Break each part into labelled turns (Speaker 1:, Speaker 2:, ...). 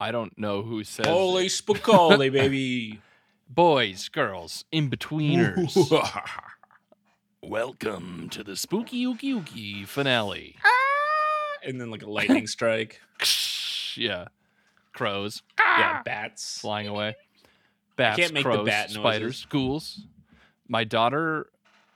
Speaker 1: I don't know who says it.
Speaker 2: Holy spicoli, baby.
Speaker 1: boys, girls, in betweeners.
Speaker 2: Ooh.
Speaker 1: Welcome to the spooky ookie ookie finale.
Speaker 2: and then like a lightning strike.
Speaker 1: yeah, crows
Speaker 2: yeah, bats.
Speaker 1: flying away. Bats,
Speaker 2: can't make the
Speaker 1: crows,
Speaker 2: bat
Speaker 1: spiders,
Speaker 2: noises.
Speaker 1: ghouls. My daughter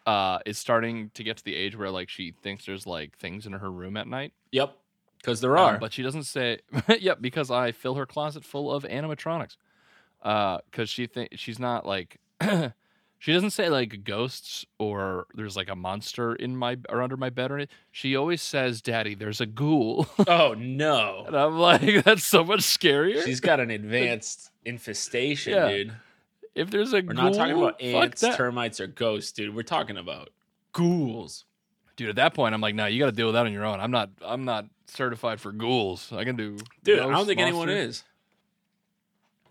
Speaker 1: uh, is starting to get to the age where like she thinks there's like things in her room at night.
Speaker 2: Yep. Because there
Speaker 1: Um,
Speaker 2: are.
Speaker 1: but she doesn't say. yep, because I fill her closet full of animatronics. Because she think she's not like. she doesn't say like ghosts or there's like a monster in my or under my bed or anything. She always says, "Daddy, there's a ghoul,"
Speaker 2: oh no.
Speaker 1: and I'm like, "That's so much scarier."
Speaker 2: She's got an advanced infestation,
Speaker 1: Yeah.
Speaker 2: dude.
Speaker 1: if there's a
Speaker 2: We're
Speaker 1: ghoul,
Speaker 2: not talking about
Speaker 1: fuck
Speaker 2: ants,
Speaker 1: that.
Speaker 2: termites, or ghosts, dude. We're talking about ghouls.
Speaker 1: dude. At that point, I'm like, "No, you got to deal with that on your own." I'm not. I'm not certified for ghouls. I can do.
Speaker 2: Dude, I
Speaker 1: ghosts,
Speaker 2: don't think anyone
Speaker 1: monsters.
Speaker 2: is.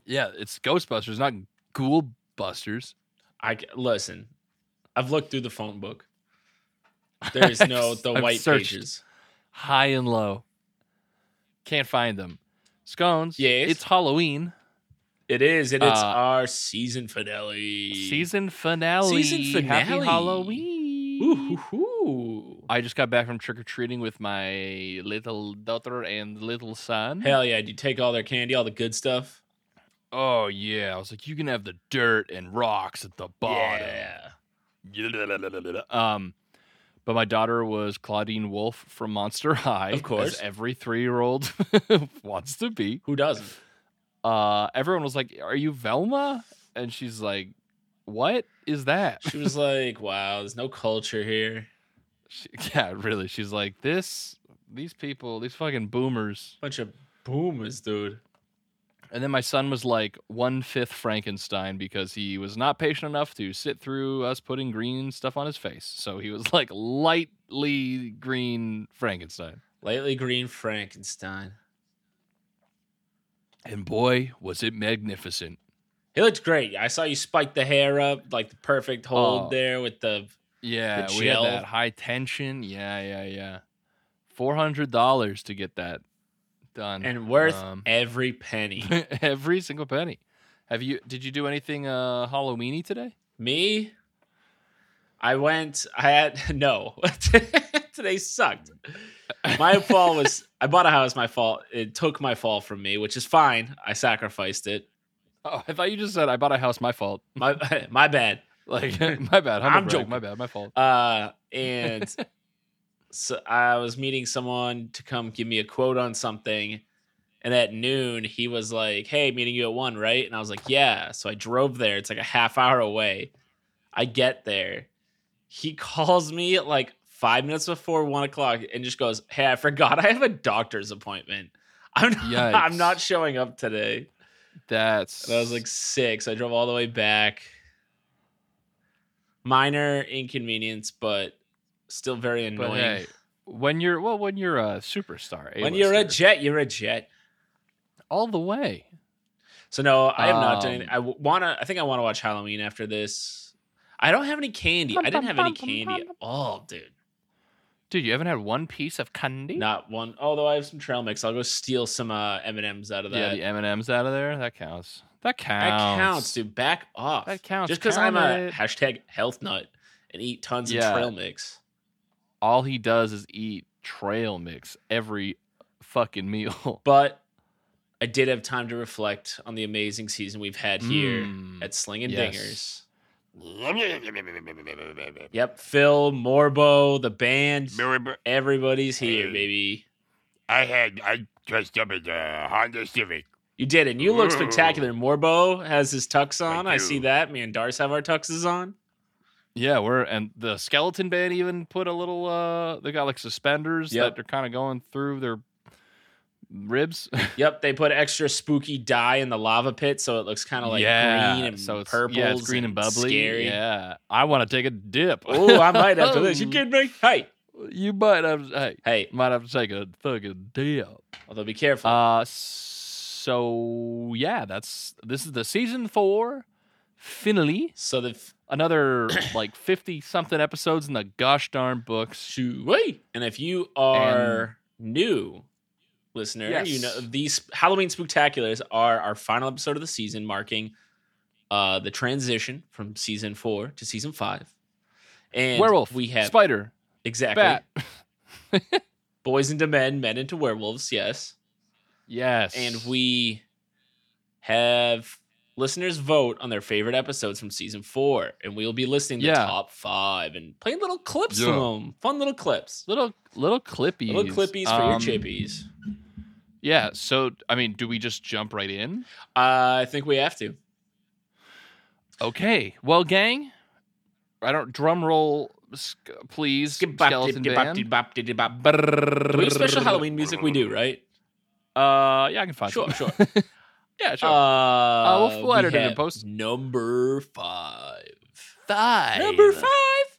Speaker 1: Yeah, it's Ghostbusters, not Ghoul Busters.
Speaker 2: I c- listen. I've looked through the phone book. There is no the
Speaker 1: I've
Speaker 2: white
Speaker 1: searched.
Speaker 2: pages.
Speaker 1: high and low. Can't find them. Scones.
Speaker 2: Yes.
Speaker 1: It's Halloween
Speaker 2: It is, and it's
Speaker 1: Uh,
Speaker 2: our season finale.
Speaker 1: season finale.
Speaker 2: Season
Speaker 1: Happy
Speaker 2: finale.
Speaker 1: Halloween.
Speaker 2: Ooh, hoo, hoo.
Speaker 1: I just got back from trick or treating with my little daughter and little son.
Speaker 2: Hell yeah! Do you take all their candy, all the good stuff?
Speaker 1: Oh yeah. I was like, you can have the dirt and rocks at the bottom.
Speaker 2: Yeah.
Speaker 1: Um, but my daughter was Claudine Wolf from Monster High,
Speaker 2: Of course.
Speaker 1: as every three-year-old wants to be.
Speaker 2: Who doesn't?
Speaker 1: uh, everyone was like, "Are you Velma?" And she's like, "What is that?"
Speaker 2: She was like, "Wow, there's no culture here.
Speaker 1: She, yeah, really. She's like, "This, these people, these fucking boomers."
Speaker 2: Bunch of boomers, dude."
Speaker 1: And then my son was like one fifth Frankenstein because he was not patient enough to sit through us putting green stuff on his face. So he was like lightly green Frankenstein.
Speaker 2: Lightly green Frankenstein.
Speaker 1: And boy, was it magnificent.
Speaker 2: He looked great. I saw you spike the hair up, like the perfect hold
Speaker 1: Oh.
Speaker 2: there with the.
Speaker 1: Yeah,
Speaker 2: The
Speaker 1: we had
Speaker 2: gel.
Speaker 1: that high tension. Yeah, yeah, yeah. Four hundred dollars to get that done,
Speaker 2: And worth
Speaker 1: Um,
Speaker 2: every penny.
Speaker 1: every single penny. Have you? Did you do anything uh Halloweeny today?
Speaker 2: Me, I went. I had no. Today sucked. My fall was. I bought a house. My fault. It took my fall from me, which is fine. I sacrificed it.
Speaker 1: Oh, I thought you just said I bought a house. My fault.
Speaker 2: My my bad.
Speaker 1: Like my bad. humble
Speaker 2: I'm
Speaker 1: brag,
Speaker 2: joking.
Speaker 1: My bad. My fault.
Speaker 2: Uh, and so I was meeting someone to come give me a quote on something. And at noon, he was like, Hey, meeting you at one, right? And I was like, Yeah. So I drove there. It's like a half hour away. I get there. He calls me at like five minutes before one o'clock and just goes, Hey, I forgot I have a doctor's appointment. I'm not,
Speaker 1: Yikes.
Speaker 2: I'm not showing up today.
Speaker 1: That's.
Speaker 2: And I was like six. I drove all the way back. Minor inconvenience, but still very
Speaker 1: but
Speaker 2: annoying.
Speaker 1: hey, when you're well, when you're a superstar,
Speaker 2: when you're a
Speaker 1: A-lister,
Speaker 2: jet, you're a jet.
Speaker 1: all the way.
Speaker 2: So no, I am not doing.
Speaker 1: Um,
Speaker 2: I w- wanna. I think I want to watch Halloween after this. I don't have any candy. I didn't have any candy at all, dude.
Speaker 1: Dude, you haven't had one piece of candy.
Speaker 2: Not one. Although I have some trail mix, I'll go steal some uh, M and M's out of
Speaker 1: yeah,
Speaker 2: that.
Speaker 1: the M and M's out of there. That counts. That counts.
Speaker 2: that counts, dude. Back off.
Speaker 1: That counts.
Speaker 2: Just because I'm
Speaker 1: Count
Speaker 2: a
Speaker 1: it.
Speaker 2: hashtag health nut and eat tons
Speaker 1: Yeah.
Speaker 2: of trail mix.
Speaker 1: All he does is eat trail mix every fucking meal.
Speaker 2: but I did have time to reflect on the amazing season we've had here
Speaker 1: Mm.
Speaker 2: at Sling and
Speaker 1: yes.
Speaker 2: Dingers. Yep, Phil, Morbo, the band,
Speaker 3: Remember,
Speaker 2: everybody's here,
Speaker 3: Hey.
Speaker 2: baby.
Speaker 3: I had I dressed up as a Honda Civic.
Speaker 2: You did, and you look
Speaker 3: Ooh.
Speaker 2: spectacular. Morbo has his tux on. I, see
Speaker 3: do.
Speaker 2: that. Me and Dars have our tuxes on.
Speaker 1: Yeah, we're and the skeleton band even put a little. uh They got like suspenders
Speaker 2: Yep.
Speaker 1: that they're kind of going through their ribs.
Speaker 2: Yep, they put extra spooky dye in the lava pit, so it looks kind of like
Speaker 1: yeah,
Speaker 2: green and
Speaker 1: so it's,
Speaker 2: purple.
Speaker 1: Yeah, it's green and bubbly.
Speaker 2: Scary.
Speaker 1: Yeah, I want to take a dip.
Speaker 2: Oh, I might after this. You kidding me? Hey,
Speaker 1: you might have. Hey,
Speaker 2: hey.
Speaker 1: might have to take a fucking dip.
Speaker 2: Although, be careful.
Speaker 1: Uh, so yeah, that's this is the season four finale.
Speaker 2: so the f-
Speaker 1: Another like fifty something episodes in the gosh darn books.
Speaker 2: Shoo-wee. And if you are new listener.
Speaker 1: Yes.
Speaker 2: You know, these Halloween Spooktaculars are our final episode of the season, marking uh, the transition from season four to season five. And
Speaker 1: Werewolf.
Speaker 2: we have
Speaker 1: spider,
Speaker 2: exactly
Speaker 1: bat.
Speaker 2: boys into men, men into werewolves. Yes,
Speaker 1: Yes,
Speaker 2: and we have listeners vote on their favorite episodes from season four, and we'll be listing the
Speaker 1: Yeah.
Speaker 2: top five and playing little clips from
Speaker 1: Yeah.
Speaker 2: them. Fun little clips,
Speaker 1: little little clippies,
Speaker 2: little clippies for your
Speaker 1: Um,
Speaker 2: chippies.
Speaker 1: Yeah. So I mean, do we just jump right in?
Speaker 2: I think we have to.
Speaker 1: Okay. Well, gang, I don't drum roll, sc- please. Skeleton band.
Speaker 2: Do we have special Halloween music? We do, right?
Speaker 1: Uh, yeah, I can find.
Speaker 2: Sure,
Speaker 1: some.
Speaker 2: sure.
Speaker 1: yeah, sure.
Speaker 2: Uh,
Speaker 1: we'll- we'll edit it in
Speaker 2: have
Speaker 1: post.
Speaker 2: Number five.
Speaker 1: five.
Speaker 2: Number five.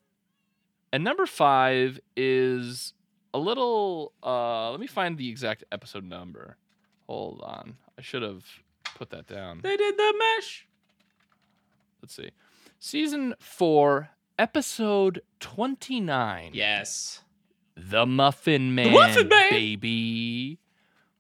Speaker 1: And number five is a little. Uh, let me find the exact episode number. Hold on. I should have put that down.
Speaker 2: They did the mesh.
Speaker 1: Let's see. Season four, episode twenty-nine.
Speaker 2: Yes.
Speaker 1: The Muffin Man,
Speaker 2: Muffin Man!
Speaker 1: baby.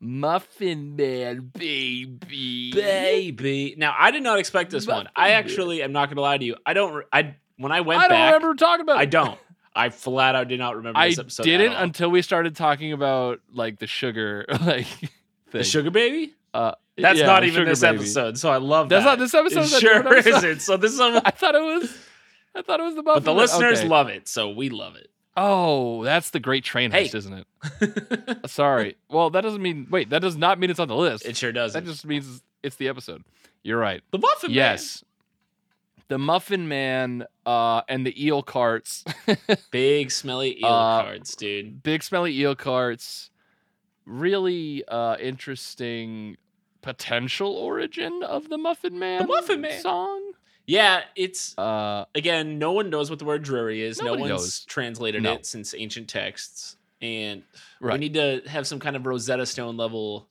Speaker 1: Muffin Man, baby.
Speaker 2: Baby. Now I did not expect this one. I actually am not gonna lie to you. I don't re- I when I went
Speaker 1: I don't
Speaker 2: back
Speaker 1: remember talking about.
Speaker 2: I don't. I flat out did not remember
Speaker 1: I
Speaker 2: this episode. at
Speaker 1: didn't
Speaker 2: all.
Speaker 1: until we started talking about like the sugar, like
Speaker 2: the
Speaker 1: thing.
Speaker 2: sugar baby?
Speaker 1: Uh,
Speaker 2: That's
Speaker 1: yeah,
Speaker 2: not
Speaker 1: the
Speaker 2: even
Speaker 1: sugar
Speaker 2: this
Speaker 1: baby.
Speaker 2: episode, so I love
Speaker 1: That's not
Speaker 2: that.
Speaker 1: this episode.
Speaker 2: It
Speaker 1: that's a
Speaker 2: sure
Speaker 1: different episode.
Speaker 2: isn't. So this is a,
Speaker 1: I thought it was. I thought it was the Muffin.
Speaker 2: but the
Speaker 1: Man.
Speaker 2: listeners
Speaker 1: Okay.
Speaker 2: love it, so we love it.
Speaker 1: Oh, that's the Great Train
Speaker 2: Hey.
Speaker 1: Heist, isn't it? Sorry. Well, that doesn't mean. Wait, that does not mean it's on the list.
Speaker 2: It sure does.
Speaker 1: that just means it's the episode. You're right.
Speaker 2: the Muffin
Speaker 1: Yes. The Muffin Man uh, and the eel carts,
Speaker 2: Man. Big smelly eel
Speaker 1: Uh,
Speaker 2: cards, dude.
Speaker 1: big smelly eel carts, really uh, interesting potential origin of the Muffin Man.
Speaker 2: Muffin Man.
Speaker 1: song.
Speaker 2: Yeah, it's
Speaker 1: Uh,
Speaker 2: again, no one knows what the word dreary is.
Speaker 1: Nobody
Speaker 2: no one's
Speaker 1: knows.
Speaker 2: translated
Speaker 1: No.
Speaker 2: it since ancient texts. And we
Speaker 1: right.
Speaker 2: need to have some kind of Rosetta Stone level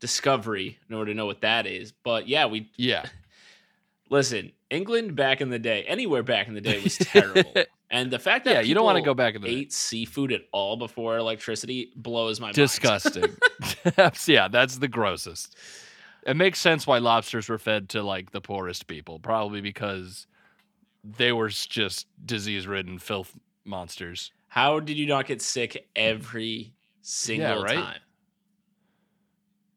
Speaker 2: discovery in order to know what that is. But yeah, we
Speaker 1: yeah.
Speaker 2: listen, England back in the day, anywhere back in the day was terrible. and the fact that
Speaker 1: Yeah. You don't want to go
Speaker 2: people
Speaker 1: back in the day.
Speaker 2: ate seafood at all before electricity blows my mind.
Speaker 1: Disgusting. That's- yeah, that's the grossest. It makes sense why lobsters were fed to like the poorest people, probably because they were s- just disease-ridden filth monsters.
Speaker 2: How did you not get sick every single
Speaker 1: right?
Speaker 2: time?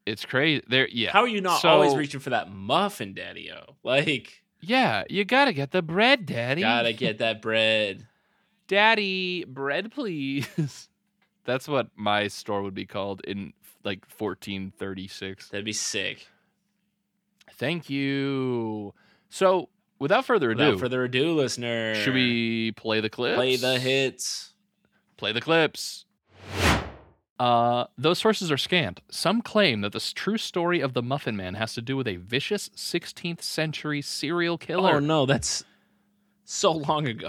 Speaker 1: It's crazy. There, yeah,
Speaker 2: How are you not always
Speaker 1: So-
Speaker 2: reaching for that muffin, Daddy O? Like,
Speaker 1: yeah. You gotta get the bread, daddy.
Speaker 2: gotta get that bread.
Speaker 1: daddy bread, please. That's what my store would be called in like 1436.
Speaker 2: That'd be sick.
Speaker 1: Thank you. So, without further ado,
Speaker 2: Without further ado, listener,
Speaker 1: should we play the clip?
Speaker 2: play the hits?
Speaker 1: Play the clips. Uh, those sources are scant. Some claim that the s- true story of the Muffin Man has to do with a vicious 16th century serial killer.
Speaker 2: Oh no, that's so long ago.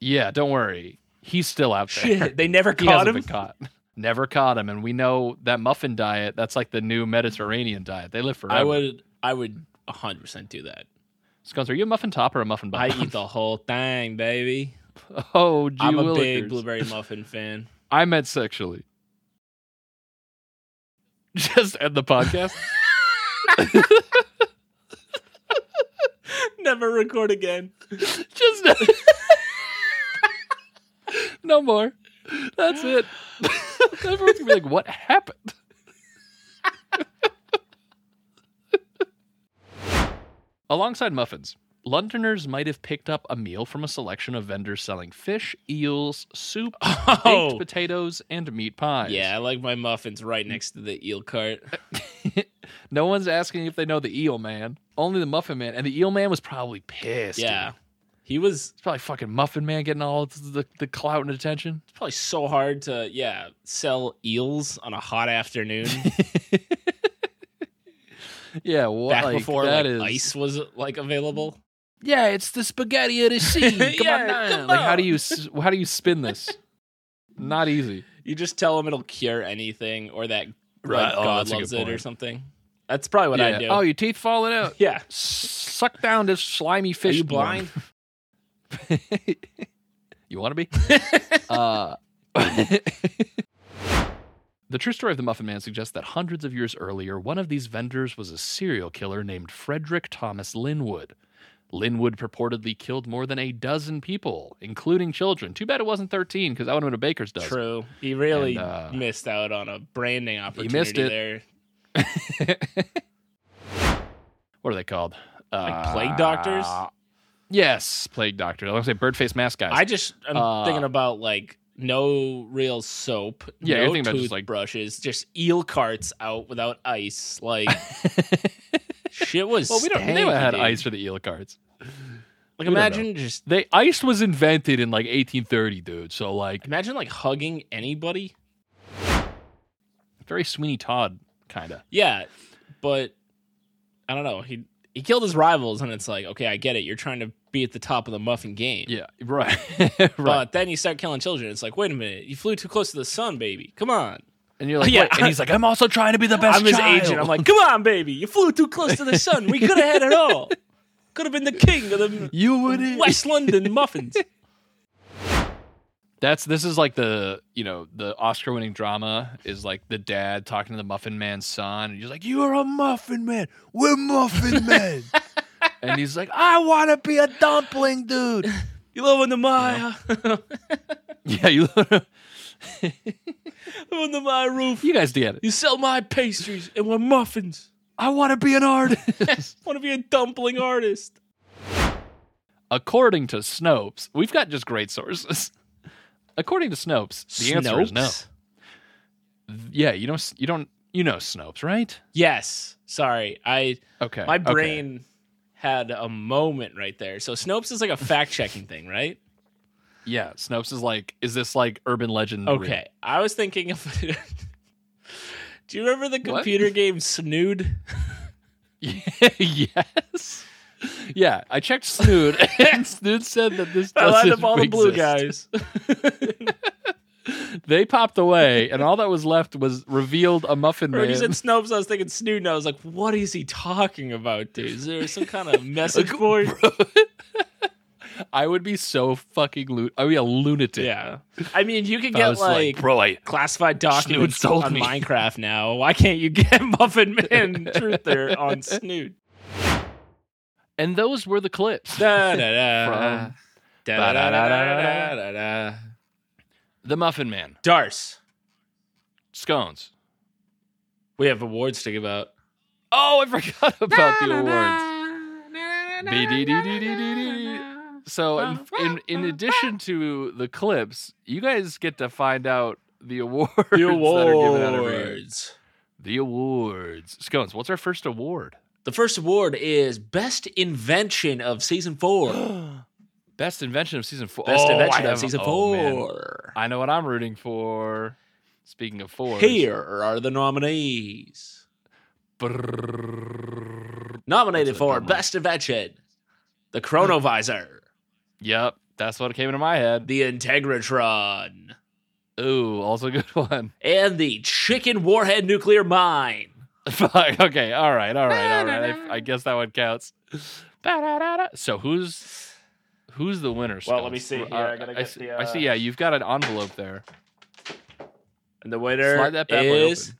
Speaker 1: Yeah, don't worry. He's still out there.
Speaker 2: Shit, they never
Speaker 1: he
Speaker 2: caught
Speaker 1: hasn't
Speaker 2: him.
Speaker 1: been caught. Never caught him. And we know that muffin diet, that's like the new Mediterranean diet. They live forever.
Speaker 2: I would, I would, hundred percent do that.
Speaker 1: Scones, are you a muffin top or a muffin
Speaker 2: I
Speaker 1: bottom?
Speaker 2: eat the whole thing, baby.
Speaker 1: oh, gee
Speaker 2: I'm a
Speaker 1: willikers.
Speaker 2: big blueberry muffin fan.
Speaker 1: I meant sexually. Just end the podcast.
Speaker 2: never record again.
Speaker 1: Just no more. That's it. Everyone's gonna be like, "What happened?" Alongside muffins, Londoners might have picked up a meal from a selection of vendors selling fish, eels, soup, baked
Speaker 2: Oh,
Speaker 1: potatoes, and meat pies.
Speaker 2: yeah, I like my muffins right next to the eel cart.
Speaker 1: No one's asking if they know the eel man. Only the muffin man, and the eel man was probably pissed.
Speaker 2: Yeah,
Speaker 1: dude.
Speaker 2: he was
Speaker 1: it's probably fucking muffin man getting all the, the clout and attention.
Speaker 2: it's probably so hard to yeah sell eels on a hot afternoon
Speaker 1: Yeah, what,
Speaker 2: back
Speaker 1: like,
Speaker 2: before
Speaker 1: that
Speaker 2: like
Speaker 1: is-
Speaker 2: ice was like available.
Speaker 1: Yeah, it's the spaghetti of the sea. Come
Speaker 2: Yeah,
Speaker 1: on, now.
Speaker 2: come
Speaker 1: like how do
Speaker 2: on.
Speaker 1: you s- how do you spin this? Not easy.
Speaker 2: You just tell them it'll cure anything, or that
Speaker 1: Right.
Speaker 2: like,
Speaker 1: Oh,
Speaker 2: God
Speaker 1: that's a
Speaker 2: loves
Speaker 1: good
Speaker 2: it, or
Speaker 1: point.
Speaker 2: something. That's probably what I
Speaker 1: Yeah.
Speaker 2: do.
Speaker 1: Oh, your teeth falling out.
Speaker 2: yeah.
Speaker 1: S- Suck down this slimy
Speaker 2: Are
Speaker 1: fish.
Speaker 2: you
Speaker 1: blood.
Speaker 2: blind?
Speaker 1: you want to be? uh, The true story of the Muffin Man suggests that hundreds of years earlier, one of these vendors was a serial killer named Frederick Thomas Linwood. Linwood purportedly killed more than a dozen people, including children. Too bad it wasn't 13, because that would have been a baker's dozen.
Speaker 2: True. He really
Speaker 1: And, uh,
Speaker 2: missed out on a branding opportunity
Speaker 1: missed it.
Speaker 2: there.
Speaker 1: What are they called?
Speaker 2: Like plague doctors?
Speaker 1: Uh, Yes, plague doctor. I was gonna say bird face mask guys.
Speaker 2: I just I'm
Speaker 1: Uh,
Speaker 2: thinking about like no real soap,
Speaker 1: Yeah,
Speaker 2: no
Speaker 1: you're thinking about just, like-
Speaker 2: toothbrushes, just eel carts out without ice. Like shit was.
Speaker 1: well, we don't. They
Speaker 2: stanky,
Speaker 1: never had
Speaker 2: dude.
Speaker 1: ice for the eel cards.
Speaker 2: Like
Speaker 1: we don't know.
Speaker 2: imagine just
Speaker 1: They ice was invented in like 1830, dude. So like
Speaker 2: imagine like hugging anybody.
Speaker 1: very Sweeney Todd kind of.
Speaker 2: Yeah, but I don't know. He he killed his rivals, and it's like okay, I get it. You're trying to be at the top of the muffin game.
Speaker 1: Yeah, right, right.
Speaker 2: But then you start killing children. It's like, wait a minute, you flew too close to the sun, baby. Come on.
Speaker 1: and you're like,
Speaker 2: yeah.
Speaker 1: yeah. and he's like, I'm also trying to be the best.
Speaker 2: I'm his
Speaker 1: child."
Speaker 2: agent. I'm like, come on, baby, you flew too close to the sun. We could have had it all. Could have been the king of the
Speaker 1: you wouldn't.
Speaker 2: West London muffins.
Speaker 1: That's this is like the you know the Oscar-winning drama is like the dad talking to the Muffin Man's son, and he's like, "You are a Muffin Man. We're Muffin Men." and he's like, "I want to be a dumpling, dude."
Speaker 2: You live uh, on the Maya.
Speaker 1: yeah, you.
Speaker 2: live under my roof.
Speaker 1: you guys get it.
Speaker 2: You sell my pastries and we're muffins.
Speaker 1: I want to be an artist.
Speaker 2: Want to be a dumpling artist?
Speaker 1: According to Snopes, we've got just great sources. According to Snopes, the answer is no.
Speaker 2: Snopes?
Speaker 1: Yeah, you don't. You don't. You know Snopes, right?
Speaker 2: Yes. Sorry, I
Speaker 1: Okay.
Speaker 2: my
Speaker 1: okay.
Speaker 2: brain had a moment right there. So Snopes is like a fact checking thing, right?
Speaker 1: Yeah, Snopes is like, is this like urban legend? real?
Speaker 2: Okay, I was thinking of. Do you remember the
Speaker 1: What?
Speaker 2: computer game Snood?
Speaker 1: yes. Yeah, I checked Snood, and Snood said that this
Speaker 2: I
Speaker 1: doesn't
Speaker 2: lined up all the blue
Speaker 1: exist.
Speaker 2: guys.
Speaker 1: They popped away, and all that was left was revealed a muffin
Speaker 2: Or when you
Speaker 1: man.
Speaker 2: said Snopes, I was thinking Snood, and I was like, what is he talking about, dude? Is there some kind of message board?
Speaker 1: I would be so fucking loot. I'd be a lunatic.
Speaker 2: Yeah. I mean, you can
Speaker 1: If I
Speaker 2: get
Speaker 1: was like,
Speaker 2: like,
Speaker 1: bro, I,
Speaker 2: classified documents
Speaker 1: sold
Speaker 2: on
Speaker 1: me."
Speaker 2: Minecraft now. Why can't you get Muffin Man Truther on Snood?
Speaker 1: and those were the clips.
Speaker 2: Da, da, da,
Speaker 1: From-
Speaker 2: da, da, da, da, da, da, da, da.
Speaker 1: The Muffin Man,
Speaker 2: Darce,
Speaker 1: scones.
Speaker 2: we have awards to give out.
Speaker 1: Oh, I forgot about the awards. Be-dee-dee-dee-dee-dee-dee. So, in, in in addition to the clips, you guys get to find out the awards,
Speaker 2: The
Speaker 1: that are given out every year.
Speaker 2: awards.
Speaker 1: The awards, scones. What's our first award?
Speaker 2: The first award is Best Invention of Season 4.
Speaker 1: Best invention of season four.
Speaker 2: Best
Speaker 1: Oh,
Speaker 2: Invention
Speaker 1: I
Speaker 2: of
Speaker 1: have-
Speaker 2: Season
Speaker 1: oh, man.
Speaker 2: 4.
Speaker 1: I know what I'm rooting for. Speaking of four,
Speaker 2: Here are the nominees. Nominated
Speaker 1: That's a
Speaker 2: for
Speaker 1: drum roll.
Speaker 2: Best Invention The Chronovisor,
Speaker 1: Yep, that's what came into my head.
Speaker 2: The Integratron,
Speaker 1: Ooh, also a good one.
Speaker 2: and the Chicken Warhead Nuclear Mine.
Speaker 1: Fuck. Okay. All right. All right. All right. I, I guess that one counts. Ba-da-da-da. So who's who's the winner?
Speaker 2: Well, let me
Speaker 1: Scones?
Speaker 2: see here.
Speaker 1: Uh,
Speaker 2: I gotta
Speaker 1: I
Speaker 2: get
Speaker 1: see,
Speaker 2: the,
Speaker 1: I see. Yeah,
Speaker 2: uh,
Speaker 1: you've got an envelope there.
Speaker 2: And the winner
Speaker 1: Slide that bad boy
Speaker 2: is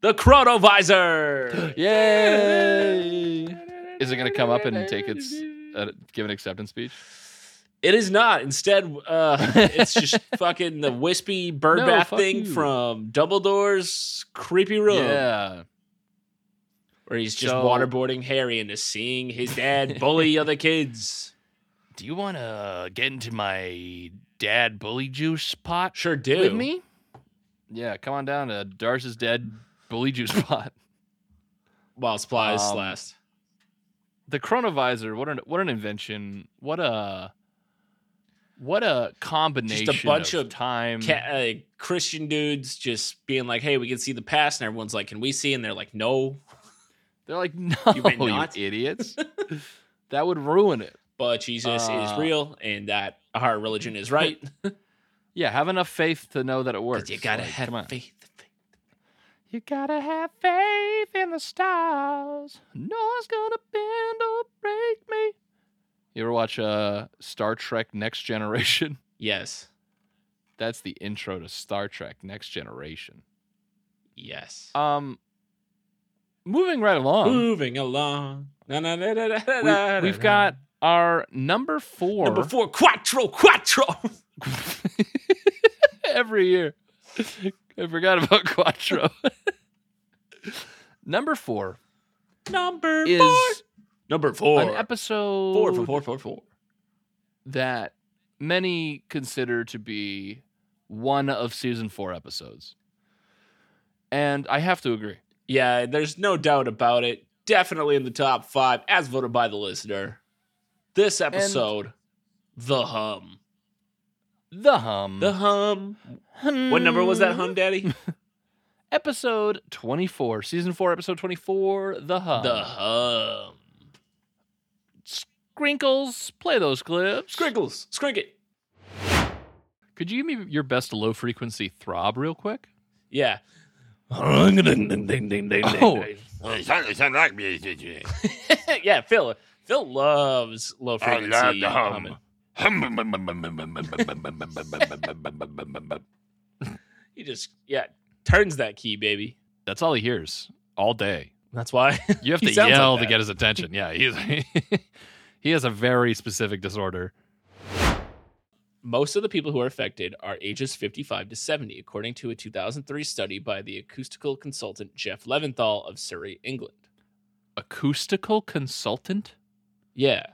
Speaker 2: the Chronovisor.
Speaker 1: Yay! Is it gonna come up and take its uh, give an acceptance speech?
Speaker 2: It is not. Instead, uh, it's just fucking the wispy bird
Speaker 1: No,
Speaker 2: bath
Speaker 1: fuck
Speaker 2: thing
Speaker 1: you.
Speaker 2: from Dumbledore's creepy room,
Speaker 1: Yeah.
Speaker 2: where he's just
Speaker 1: So-
Speaker 2: waterboarding Harry into seeing his dad bully other kids.
Speaker 1: Do you want to get into my dad bully juice pot
Speaker 2: Sure do.
Speaker 1: with me? Yeah, come on down to Darce's dad bully juice pot.
Speaker 2: While Supply is
Speaker 1: Um,
Speaker 2: last.
Speaker 1: the chronovisor what an what an invention what a what a combination
Speaker 2: bunch of
Speaker 1: time
Speaker 2: Ca- uh, Christian dudes just being like, "Hey, we can see the past," and everyone's like, "Can we see?" And they're like, "No."
Speaker 1: they're like no you,
Speaker 2: You may not."
Speaker 1: idiots that would ruin it
Speaker 2: But Jesus
Speaker 1: Uh,
Speaker 2: is real, and that our religion is right.
Speaker 1: yeah have enough faith to know that it works
Speaker 2: But you gotta
Speaker 1: Like, come on.
Speaker 2: have faith.
Speaker 1: you gotta have faith in the stars no one's gonna bend or break me you ever watch uh star trek next generation
Speaker 2: Yes.
Speaker 1: that's the intro to Star Trek Next Generation.
Speaker 2: Yes.
Speaker 1: Um, moving right along,
Speaker 2: Moving along. Na, na, na, na, na, na, na,
Speaker 1: um, we, we've
Speaker 2: na.
Speaker 1: got our number four.
Speaker 2: number four, Quattro, Quattro.
Speaker 1: Every year, I forgot about Quattro. number four
Speaker 2: number
Speaker 1: is
Speaker 2: four. Number four.
Speaker 1: an episode
Speaker 2: four for four, four, four.
Speaker 1: that many consider to be one of season four episodes. And I have to agree.
Speaker 2: Yeah, there's no doubt about it. Definitely in the top five, as voted by the listener. This episode, The Hum.
Speaker 1: The
Speaker 3: Hmm.
Speaker 1: hum.
Speaker 2: The Hum.
Speaker 1: hum.
Speaker 2: What number was that hum, Daddy?
Speaker 1: Episode 24, season 4, episode 24, The Hum.
Speaker 2: The Hum.
Speaker 1: Sprinkles, play those clips.
Speaker 2: Scrinkles. Scrinkle.
Speaker 1: Could you give me your best low frequency throb real quick?
Speaker 2: Yeah.
Speaker 1: Oh.
Speaker 3: It sound- it sound like me.
Speaker 2: yeah, Phil. Phil loves low
Speaker 3: I
Speaker 2: frequency.
Speaker 3: love the
Speaker 2: humming.
Speaker 3: hum. Hum.
Speaker 2: He just, yeah, turns that key, baby.
Speaker 1: That's all he hears all day.
Speaker 2: That's why.
Speaker 1: You have
Speaker 2: He
Speaker 1: to
Speaker 2: sounds like
Speaker 1: yell to
Speaker 2: that.
Speaker 1: get his attention. Yeah, he's, he has a very specific disorder.
Speaker 2: Most of the people who are affected are ages 55 to 70, according to a 2003 study by the acoustical consultant Jeff Leventhal of Surrey, England.
Speaker 1: Acoustical consultant?
Speaker 2: Yeah.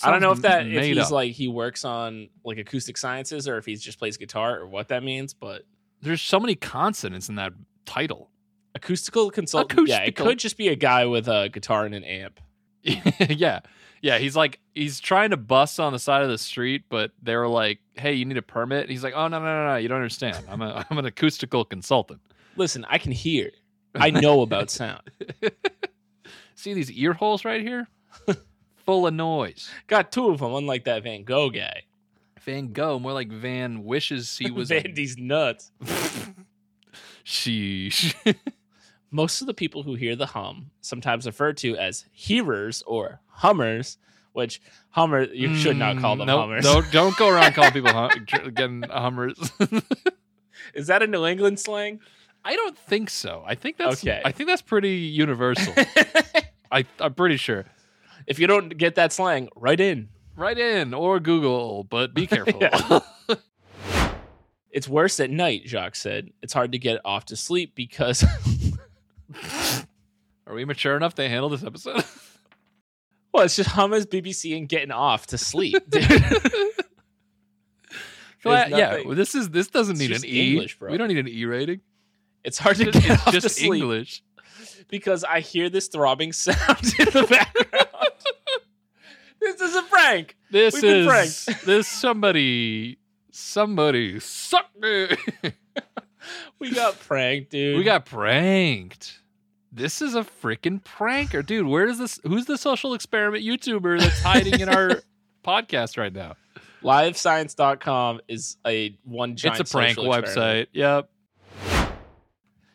Speaker 2: I don't know if
Speaker 1: Sounds
Speaker 2: that if
Speaker 1: made
Speaker 2: he's
Speaker 1: up.
Speaker 2: like he works on like acoustic sciences or if he just plays guitar or what that means, but
Speaker 1: There's so many consonants in that title.
Speaker 2: acoustical consultant. Yeah, it
Speaker 1: Acoustical.
Speaker 2: could just be a guy with a guitar and an amp.
Speaker 1: yeah. Yeah. He's like, he's trying to bust on the side of the street, but they were like, hey, you need a permit? And he's like, oh, no, no, no, no. You don't understand. I'm, a, I'm an acoustical consultant.
Speaker 2: Listen, I can hear. I know about sound.
Speaker 1: See these ear holes right here? Full of noise.
Speaker 2: Got two of them, unlike that Van Gogh guy.
Speaker 1: Van Gogh, more like Van wishes he was. a-
Speaker 2: Vandy's nuts.
Speaker 1: Sheesh.
Speaker 2: Most of the people who hear the hum, sometimes referred to as hearers or hummers, which hummer you should not call
Speaker 1: Mm,
Speaker 2: them
Speaker 1: nope,
Speaker 2: hummers.
Speaker 1: Don't, don't go around calling people hum- getting hummers.
Speaker 2: Is that a New England slang?
Speaker 1: I don't think so. I think that's
Speaker 2: Okay.
Speaker 1: I think that's pretty universal. I, I'm pretty sure.
Speaker 2: if you don't get that slang, write in.
Speaker 1: Right in or Google, but be careful.
Speaker 2: Yeah. It's worse at night, Jacques said. It's hard to get off to sleep because
Speaker 1: Are we mature enough to handle this episode?
Speaker 2: well, it's just hummers, BBC, and getting off to sleep. dude.
Speaker 1: Gla- yeah,
Speaker 2: nothing.
Speaker 1: well, this is this doesn't
Speaker 2: It's
Speaker 1: need an
Speaker 2: just
Speaker 1: E.
Speaker 2: English, bro.
Speaker 1: We don't need an E rating.
Speaker 2: It's hard to
Speaker 1: It's
Speaker 2: get off to
Speaker 1: just
Speaker 2: sleep
Speaker 1: English.
Speaker 2: because I hear this throbbing sound in the background. this is a prank.
Speaker 1: This
Speaker 2: We've been
Speaker 1: is this somebody somebody suck me.
Speaker 2: We got pranked, dude.
Speaker 1: we got pranked. This is a freaking pranker, dude. Where is this? Who's the social experiment YouTuber that's hiding in our podcast right now?
Speaker 2: livescience.com is a one giant
Speaker 1: it's a prank
Speaker 2: social
Speaker 1: website.
Speaker 2: experiment.
Speaker 1: Yep.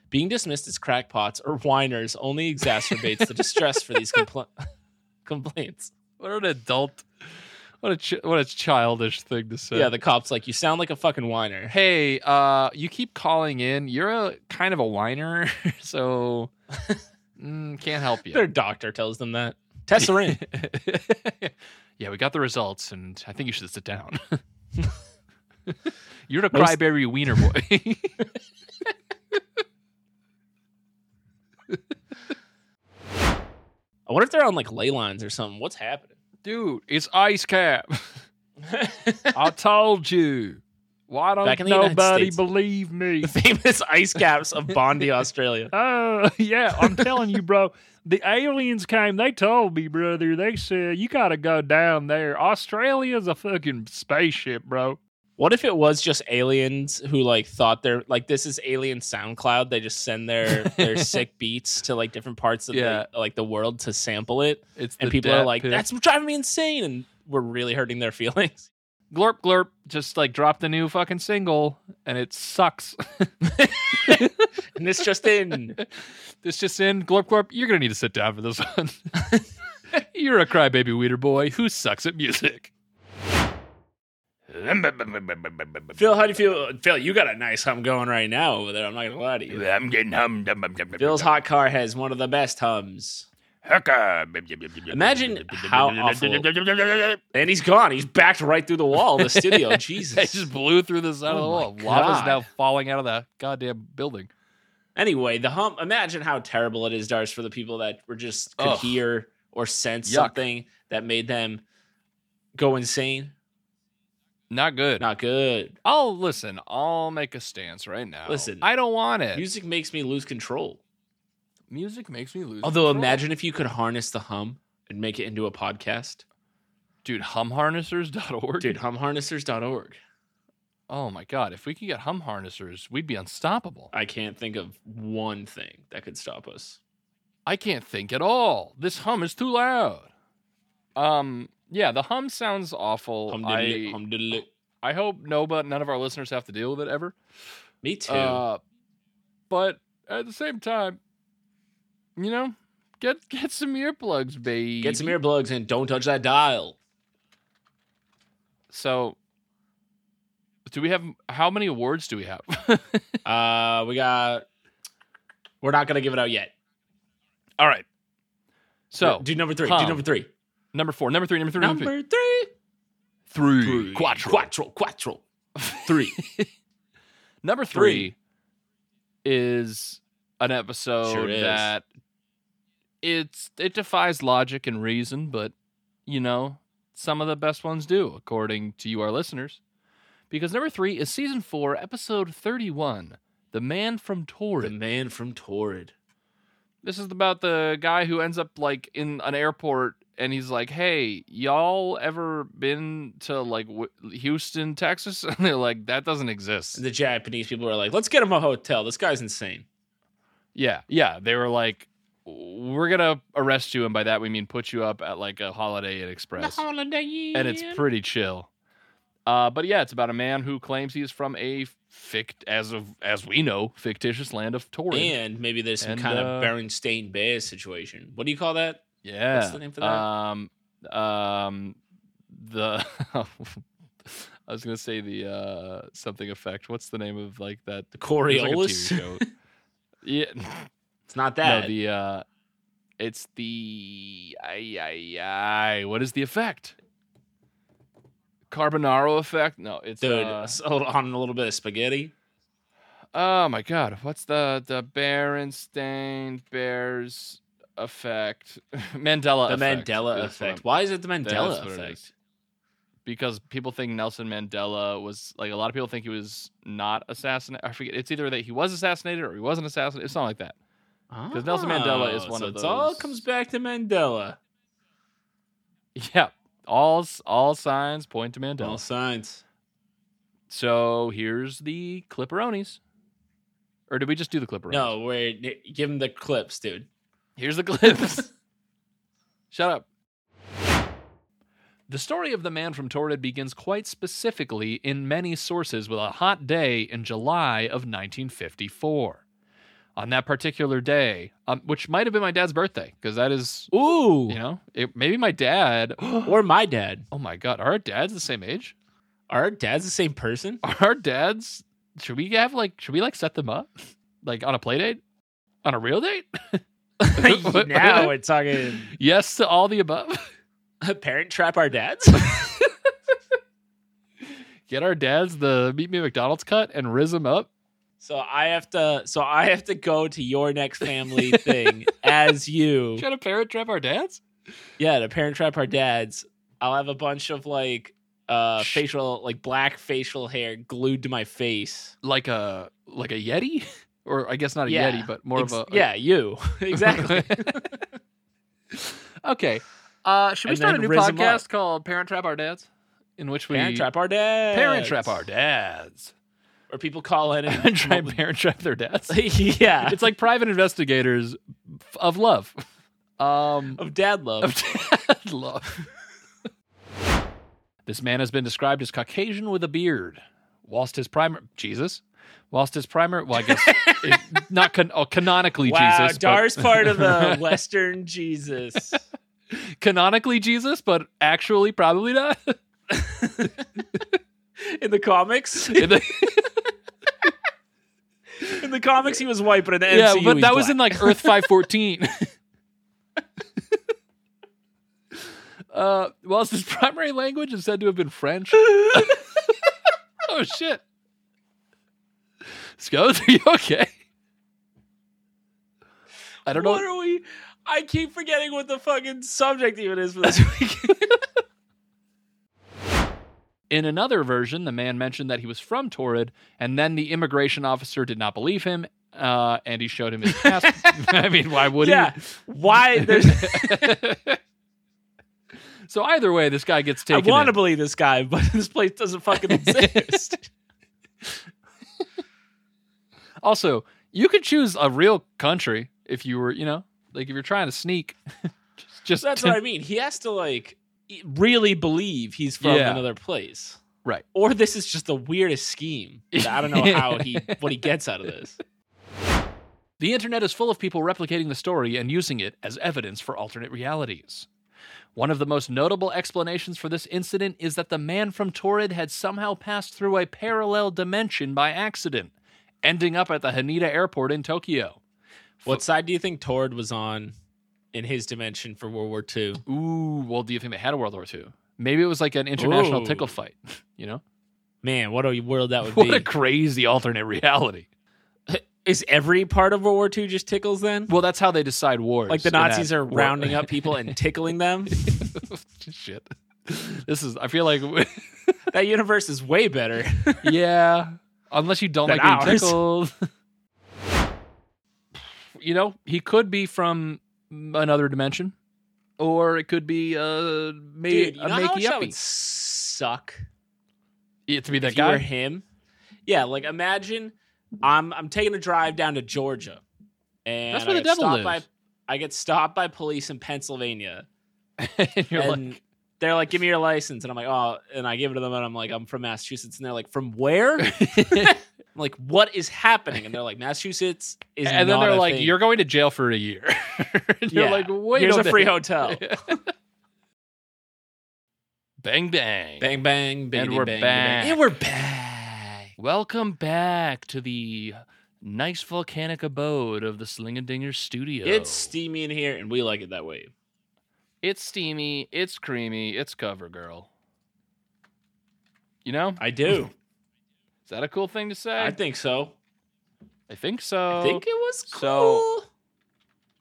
Speaker 2: Being dismissed as crackpots or whiners only exacerbates the distress for these compl- complaints.
Speaker 1: What an adult. What a ch- what a childish thing to say.
Speaker 2: yeah, the cops like you sound like a fucking whiner.
Speaker 1: hey, uh, you keep calling in. You're a kind of a whiner, so mm, can't help you.
Speaker 2: Their doctor tells them that. Test her in.
Speaker 1: yeah, we got the results, and I think you should sit down. You're a
Speaker 2: Most-
Speaker 1: cryberry wiener boy.
Speaker 2: I wonder if they're on like ley lines or something. What's happening?
Speaker 1: Dude, it's Ice Cap. I told you. Why don't
Speaker 2: Back in the United
Speaker 1: nobody
Speaker 2: States.
Speaker 1: believe me?
Speaker 2: the famous ice caps of Bondi, Australia.
Speaker 1: Oh, yeah, I'm telling you, bro. The aliens came. They told me, brother. They said, you got to go down there. Australia's a fucking spaceship, bro.
Speaker 2: What if it was just aliens who like thought they're like this is alien SoundCloud? They just send their their sick beats to like different parts of
Speaker 1: Yeah.
Speaker 2: the, like the world to sample it,
Speaker 1: It's
Speaker 2: and
Speaker 1: the
Speaker 2: people are
Speaker 1: dat
Speaker 2: like,
Speaker 1: pit.
Speaker 2: "That's driving me insane," and we're really hurting their feelings.
Speaker 1: glorp glorp. Just like drop the new fucking single, and it sucks.
Speaker 2: And this just in,
Speaker 1: This just in, glorp glorp. You're gonna need to sit down for this one. You're a crybaby weeder boy who sucks at music.
Speaker 2: Phil, how do you feel? Phil, you got a nice hum going right now over there. I'm not gonna lie to you.
Speaker 3: I'm getting hummed. Dum, dum, dum, dum,
Speaker 2: Phil's
Speaker 3: dum.
Speaker 2: hot car has one of the best hums.
Speaker 3: Hooker.
Speaker 2: Imagine how awful- And he's gone. He's backed right through the wall of the studio.
Speaker 1: They
Speaker 2: Jesus.
Speaker 1: just blew through the side of the
Speaker 2: Oh my
Speaker 1: wall. Lava's
Speaker 2: God.
Speaker 1: now falling out of the goddamn building.
Speaker 2: Anyway, the hum. Imagine how terrible it is, Dars, for the people that were just could
Speaker 1: Ugh.
Speaker 2: hear or sense
Speaker 1: Yuck.
Speaker 2: something that made them go insane.
Speaker 1: Not good.
Speaker 2: Not good.
Speaker 1: I'll listen. I'll make a stance right now.
Speaker 2: Listen.
Speaker 1: I don't want it.
Speaker 2: Music makes me lose control.
Speaker 1: Music makes me lose.
Speaker 2: Although,
Speaker 1: control.
Speaker 2: imagine if you could harness the hum and make it into a podcast.
Speaker 1: dude, humharnessers.org.
Speaker 2: Dude, humharnessers.org.
Speaker 1: Oh my god, if we could get hum harnessers, we'd be unstoppable.
Speaker 2: I can't think of one thing that could stop us.
Speaker 1: I can't think at all. This hum is too loud. Um, yeah, the hum sounds awful.
Speaker 2: Humdiddly,
Speaker 1: I, uh,
Speaker 2: humdiddly.
Speaker 1: I hope no, but none of our listeners have to deal with it ever.
Speaker 2: Me too.
Speaker 1: Uh, but at the same time, you know, get get some earplugs, baby.
Speaker 2: Get some earplugs and don't touch that dial.
Speaker 1: So, do we have how many awards do we have?
Speaker 2: Uh, we got. We're not gonna give it out yet.
Speaker 1: all right. So
Speaker 2: do number three. Do
Speaker 1: hum.
Speaker 2: number three.
Speaker 1: number four, number three, number three, number,
Speaker 2: Number three.
Speaker 1: three,
Speaker 2: Quattro. Quattro. Quattro. Three.
Speaker 1: Number three,
Speaker 2: Three.
Speaker 1: is an episode
Speaker 2: Sure is.
Speaker 1: that it's it defies logic and reason, but you know some of the best ones do, according to you, our listeners. Because number three is season four, episode thirty-one, "The Man from
Speaker 2: the
Speaker 1: Torrid."
Speaker 2: man from Torrid.
Speaker 1: This is about the guy who ends up like in an airport, and he's like, "Hey, y'all ever been to like w- Houston, Texas?" And they're like, "That doesn't exist."
Speaker 2: The Japanese people are like, let's get him a hotel. This guy's insane.
Speaker 1: Yeah, yeah. They were like, "We're gonna arrest you," and by that we mean put you up at like a Holiday Inn Express, and it's pretty chill. Uh, but yeah, it's about a man who claims he is from a fict as of as we know fictitious land of Torrid.
Speaker 2: and maybe there's some
Speaker 1: And,
Speaker 2: kind
Speaker 1: uh,
Speaker 2: of Berenstain Bear situation. What do you call that?
Speaker 1: yeah,
Speaker 2: what's the name for that?
Speaker 1: Um, um, the. I was gonna say the uh, something effect. What's the name of like that?
Speaker 2: The
Speaker 1: there's, like, a
Speaker 2: Coriolis.
Speaker 1: TV show. yeah,
Speaker 2: it's not that.
Speaker 1: No, the uh, it's the ay ay ay. What is the effect? Carbonaro effect? No, it's
Speaker 2: Dude,
Speaker 1: uh,
Speaker 2: s- hold on a little bit of spaghetti.
Speaker 1: oh my god, what's the the Berenstain Bears effect? Mandela.
Speaker 2: The
Speaker 1: effect. That's
Speaker 2: Mandela
Speaker 1: what I'm-
Speaker 2: effect. Why is it the
Speaker 1: That's
Speaker 2: Mandela
Speaker 1: what it
Speaker 2: effect?
Speaker 1: is. Because people think Nelson Mandela was like a lot of people think he was not assassinated. I forget. It's either that he was assassinated or he wasn't assassinated. It's not like that.
Speaker 2: Because
Speaker 1: Nelson Mandela is one of
Speaker 2: Ah, It all
Speaker 1: those-
Speaker 2: comes back to Mandela.
Speaker 1: Yeah, all s- all signs point to Mandela.
Speaker 2: All signs.
Speaker 1: So here's the Clipperonis. Or did we just do the Clipperonis?
Speaker 2: No, we're give him the clips, dude.
Speaker 1: Here's the clips. Shut up. The story of the man from Torrid begins quite specifically in many sources with a hot day in July of 1954. On that particular day, um, which might have been my dad's birthday, because that is,
Speaker 2: Ooh,
Speaker 1: you know, it, maybe my dad.
Speaker 2: or my dad.
Speaker 1: oh my God, are our dads the same age?
Speaker 2: Are our dads the same person?
Speaker 1: Are our dads should we have like should we like set them up like on a play date on a real date What-
Speaker 2: now we're talking
Speaker 1: yes to all the above
Speaker 2: parent trap. Our dads.
Speaker 1: get our dads the meet me at mcdonald's cut and riz them up
Speaker 2: so I have to. So I have to go to your next family thing as you.
Speaker 1: try to parrot trap our dads
Speaker 2: Yeah, to parent trap our dads. I'll have a bunch of like uh
Speaker 1: Sh-
Speaker 2: facial, like black facial hair glued to my face.
Speaker 1: like a like a yeti or i guess not a
Speaker 2: Yeah.
Speaker 1: yeti but more
Speaker 2: Ex-
Speaker 1: of a
Speaker 2: yeah, you exactly.
Speaker 1: okay uh should we
Speaker 2: And
Speaker 1: start a
Speaker 2: then
Speaker 1: new
Speaker 2: riz 'em up.
Speaker 1: podcast called parent trap our dads in which we
Speaker 2: parent trap our dads.
Speaker 1: parent trap our dads
Speaker 2: Or people call in and
Speaker 1: and try and parent trap their dads
Speaker 2: yeah,
Speaker 1: it's like private investigators f- of love. Um,
Speaker 2: of dad love.
Speaker 1: of dad love. this man has been described as Caucasian with a beard. Whilst his primary Jesus, whilst his primary, well, I guess it- not con- oh, canonically
Speaker 2: wow,
Speaker 1: Jesus, but-
Speaker 2: Dar's part of the Western Jesus.
Speaker 1: canonically Jesus, but actually probably not.
Speaker 2: in the comics.
Speaker 1: In the-
Speaker 2: In the comics, he was white, but in the
Speaker 1: yeah,
Speaker 2: MCU,
Speaker 1: but
Speaker 2: he's
Speaker 1: that was
Speaker 2: black.
Speaker 1: in like Earth 514. uh, whilst his primary language is said to have been French. oh, shit. Scout, are you okay? I don't know.
Speaker 2: What are we? I keep forgetting what the fucking subject even is for this week.
Speaker 1: In another version, the man mentioned that he was from Torrid, and then the immigration officer did not believe him, uh, and he showed him his pass. I mean, why would
Speaker 2: yeah,
Speaker 1: he?
Speaker 2: why? There's,
Speaker 1: so either way, this guy gets
Speaker 2: I
Speaker 1: taken.
Speaker 2: want to
Speaker 1: in.
Speaker 2: believe this guy, but this place doesn't fucking exist.
Speaker 1: Also, you could choose a real country if you were, you know, like if you're trying to sneak. just, just
Speaker 2: So that's what I mean. He has to like e- really believe he's from
Speaker 1: Yeah.
Speaker 2: another place.
Speaker 1: Right.
Speaker 2: Or this is just the weirdest scheme. that I don't know how he what he gets out of this.
Speaker 1: The internet is full of people replicating the story and using it as evidence for alternate realities. One of the most notable explanations for this incident is that the man from Torrid had somehow passed through a parallel dimension by accident, ending up at the Haneda airport in Tokyo.
Speaker 2: What side do you think Tord was on in his dimension for World War II?
Speaker 1: Ooh, well, do you think they had a World War II? Maybe it was like an international
Speaker 2: Ooh.
Speaker 1: tickle fight, you know?
Speaker 2: Man, what a world that would
Speaker 1: What a
Speaker 2: be.
Speaker 1: crazy alternate reality.
Speaker 2: Is every part of World War II just tickles then?
Speaker 1: Well, that's how they decide wars.
Speaker 2: Like the
Speaker 1: in that
Speaker 2: Nazis are
Speaker 1: war-
Speaker 2: rounding up people and tickling them?
Speaker 1: Shit. This is, I feel like,
Speaker 2: that universe is way better.
Speaker 1: yeah. Unless you don't
Speaker 2: Than
Speaker 1: like being
Speaker 2: ours.
Speaker 1: tickled. you know, he could be from another dimension, or it could be uh, maybe
Speaker 2: Dude, you
Speaker 1: a
Speaker 2: know how much that
Speaker 1: makey
Speaker 2: would suck?
Speaker 1: to be that
Speaker 2: if you were
Speaker 1: guy.
Speaker 2: him, yeah, like imagine I'm I'm taking a drive down to Georgia, and
Speaker 1: That's where
Speaker 2: I
Speaker 1: the
Speaker 2: get
Speaker 1: devil
Speaker 2: stopped
Speaker 1: lives.
Speaker 2: By, I get stopped by police in Pennsylvania,
Speaker 1: and you're
Speaker 2: and
Speaker 1: like,
Speaker 2: they're like, "Give me your license," and I'm like, "Oh," and I give it to them, and I'm like, "I'm from Massachusetts," and they're like, "From where?" I'm like, "What is happening?" And they're like, "Massachusetts is,"
Speaker 1: and then
Speaker 2: not
Speaker 1: they're
Speaker 2: a
Speaker 1: like,
Speaker 2: thing.
Speaker 1: "You're going to jail for a year." and you're
Speaker 2: Yeah.
Speaker 1: like, "Wait,
Speaker 2: here's a
Speaker 1: minute."
Speaker 2: free hotel."
Speaker 1: bang bang.
Speaker 2: bang bang, biggity,
Speaker 1: we're
Speaker 2: bang, bang. and we're back.
Speaker 1: Welcome back to the nice volcanic abode of the Sling and Dinger Studio.
Speaker 2: It's steamy in here, and we like it that way.
Speaker 1: It's steamy. It's creamy. It's cover girl. You know,
Speaker 2: I do.
Speaker 1: is that a cool thing to say?
Speaker 2: I think so.
Speaker 1: I think so.
Speaker 2: I think it was cool.
Speaker 1: so-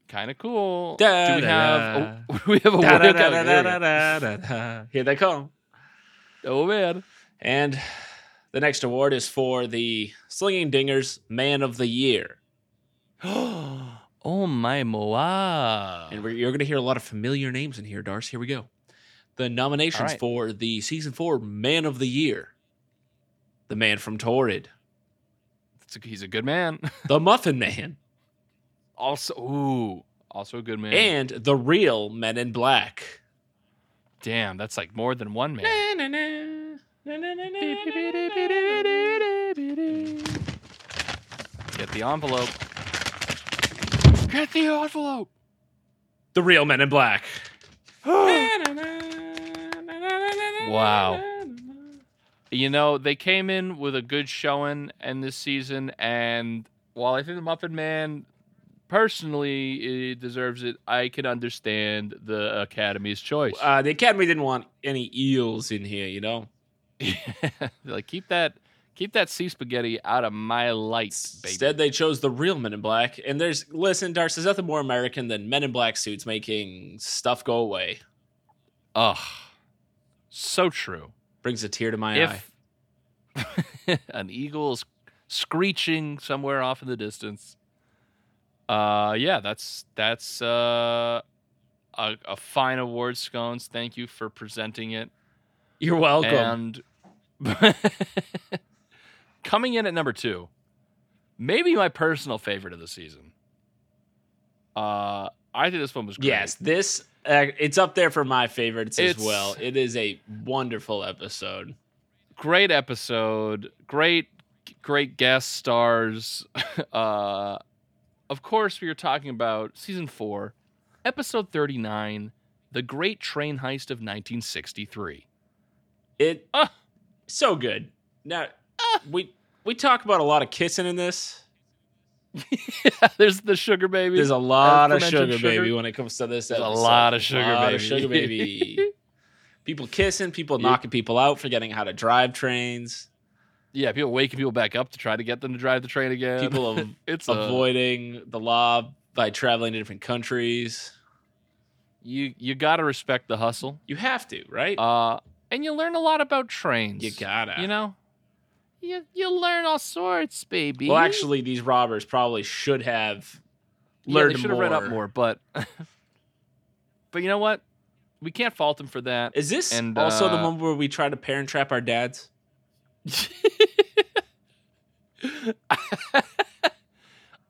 Speaker 1: kind of cool.
Speaker 2: Da,
Speaker 1: Do we
Speaker 2: da,
Speaker 1: have? A, we have a
Speaker 2: Da, da,
Speaker 1: workout.
Speaker 2: da, da,
Speaker 1: There we
Speaker 2: da,
Speaker 1: go.
Speaker 2: da, da, da. Here they come.
Speaker 1: Oh man,
Speaker 2: And the next award is for the Slinging Dingers Man of the Year.
Speaker 1: oh my moa.
Speaker 2: And we're, you're going to hear a lot of familiar names in here, Darce. Here we go. The nominations
Speaker 1: right.
Speaker 2: for the season four Man of the Year The Man from Torrid,
Speaker 1: It's a- He's a good man.
Speaker 2: The Muffin Man,
Speaker 1: Also, ooh, also a good man.
Speaker 2: and The Real Men in Black.
Speaker 1: Damn, that's like more than one man.
Speaker 2: Na, na, na. Na, na, na, na, na, na, na, na, na, na.
Speaker 1: Get the envelope. Get the envelope.
Speaker 2: The Real Men in Black.
Speaker 1: Wow. You know, they came in with a good showing in this season, and while I think the Muffin Man personally eh, deserves it, I can understand the Academy's choice.
Speaker 2: Uh, the Academy didn't want any eels in here, you know?
Speaker 1: like keep that, keep that sea spaghetti out of my lights, baby.
Speaker 2: Instead, they chose the real Men in Black. And there's, listen, Darce, there's nothing more American than Men in Black suits making stuff go away.
Speaker 1: Ugh, so true.
Speaker 2: Brings a tear to my eye.
Speaker 1: if an eagle is screeching somewhere off in the distance uh yeah that's that's uh a, a fine award scones thank you for presenting it
Speaker 2: You're welcome.
Speaker 1: and coming in at number two maybe my personal favorite of the season uh i think this one was great
Speaker 2: yes, this, uh, it's up there for my favorites
Speaker 1: It's-
Speaker 2: as well. It is a wonderful episode.
Speaker 1: great episode great great guest stars uh of course we are talking about season four episode 39 the great train heist of 1963
Speaker 2: It,
Speaker 1: Ah.
Speaker 2: so good. Now we we talk about a lot of kissing in this.
Speaker 1: There's the sugar baby.
Speaker 2: There's a lot of
Speaker 1: fermented
Speaker 2: sugar,
Speaker 1: sugar.
Speaker 2: baby when it comes to this.
Speaker 1: There's a
Speaker 2: episode.
Speaker 1: lot of sugar
Speaker 2: Lot
Speaker 1: baby.
Speaker 2: of sugar baby. people kissing, people
Speaker 1: Yeah.
Speaker 2: knocking people out, forgetting how to drive trains,
Speaker 1: yeah, people waking people back up to try to get them to drive the train again.
Speaker 2: people av-
Speaker 1: it's uh, a-
Speaker 2: avoiding the law by traveling to different countries.
Speaker 1: you you gotta respect the hustle.
Speaker 2: You have to, right?
Speaker 1: Uh, and you learn a lot about trains.
Speaker 2: you gotta.
Speaker 1: You know, you you learn all sorts, baby.
Speaker 2: Well, actually, these robbers probably should have
Speaker 1: yeah,
Speaker 2: learned
Speaker 1: they should have read up
Speaker 2: more.
Speaker 1: more, but but you know what? We can't fault them for that.
Speaker 2: Is this
Speaker 1: And,
Speaker 2: also the
Speaker 1: uh,
Speaker 2: one where we try to parent trap our dads?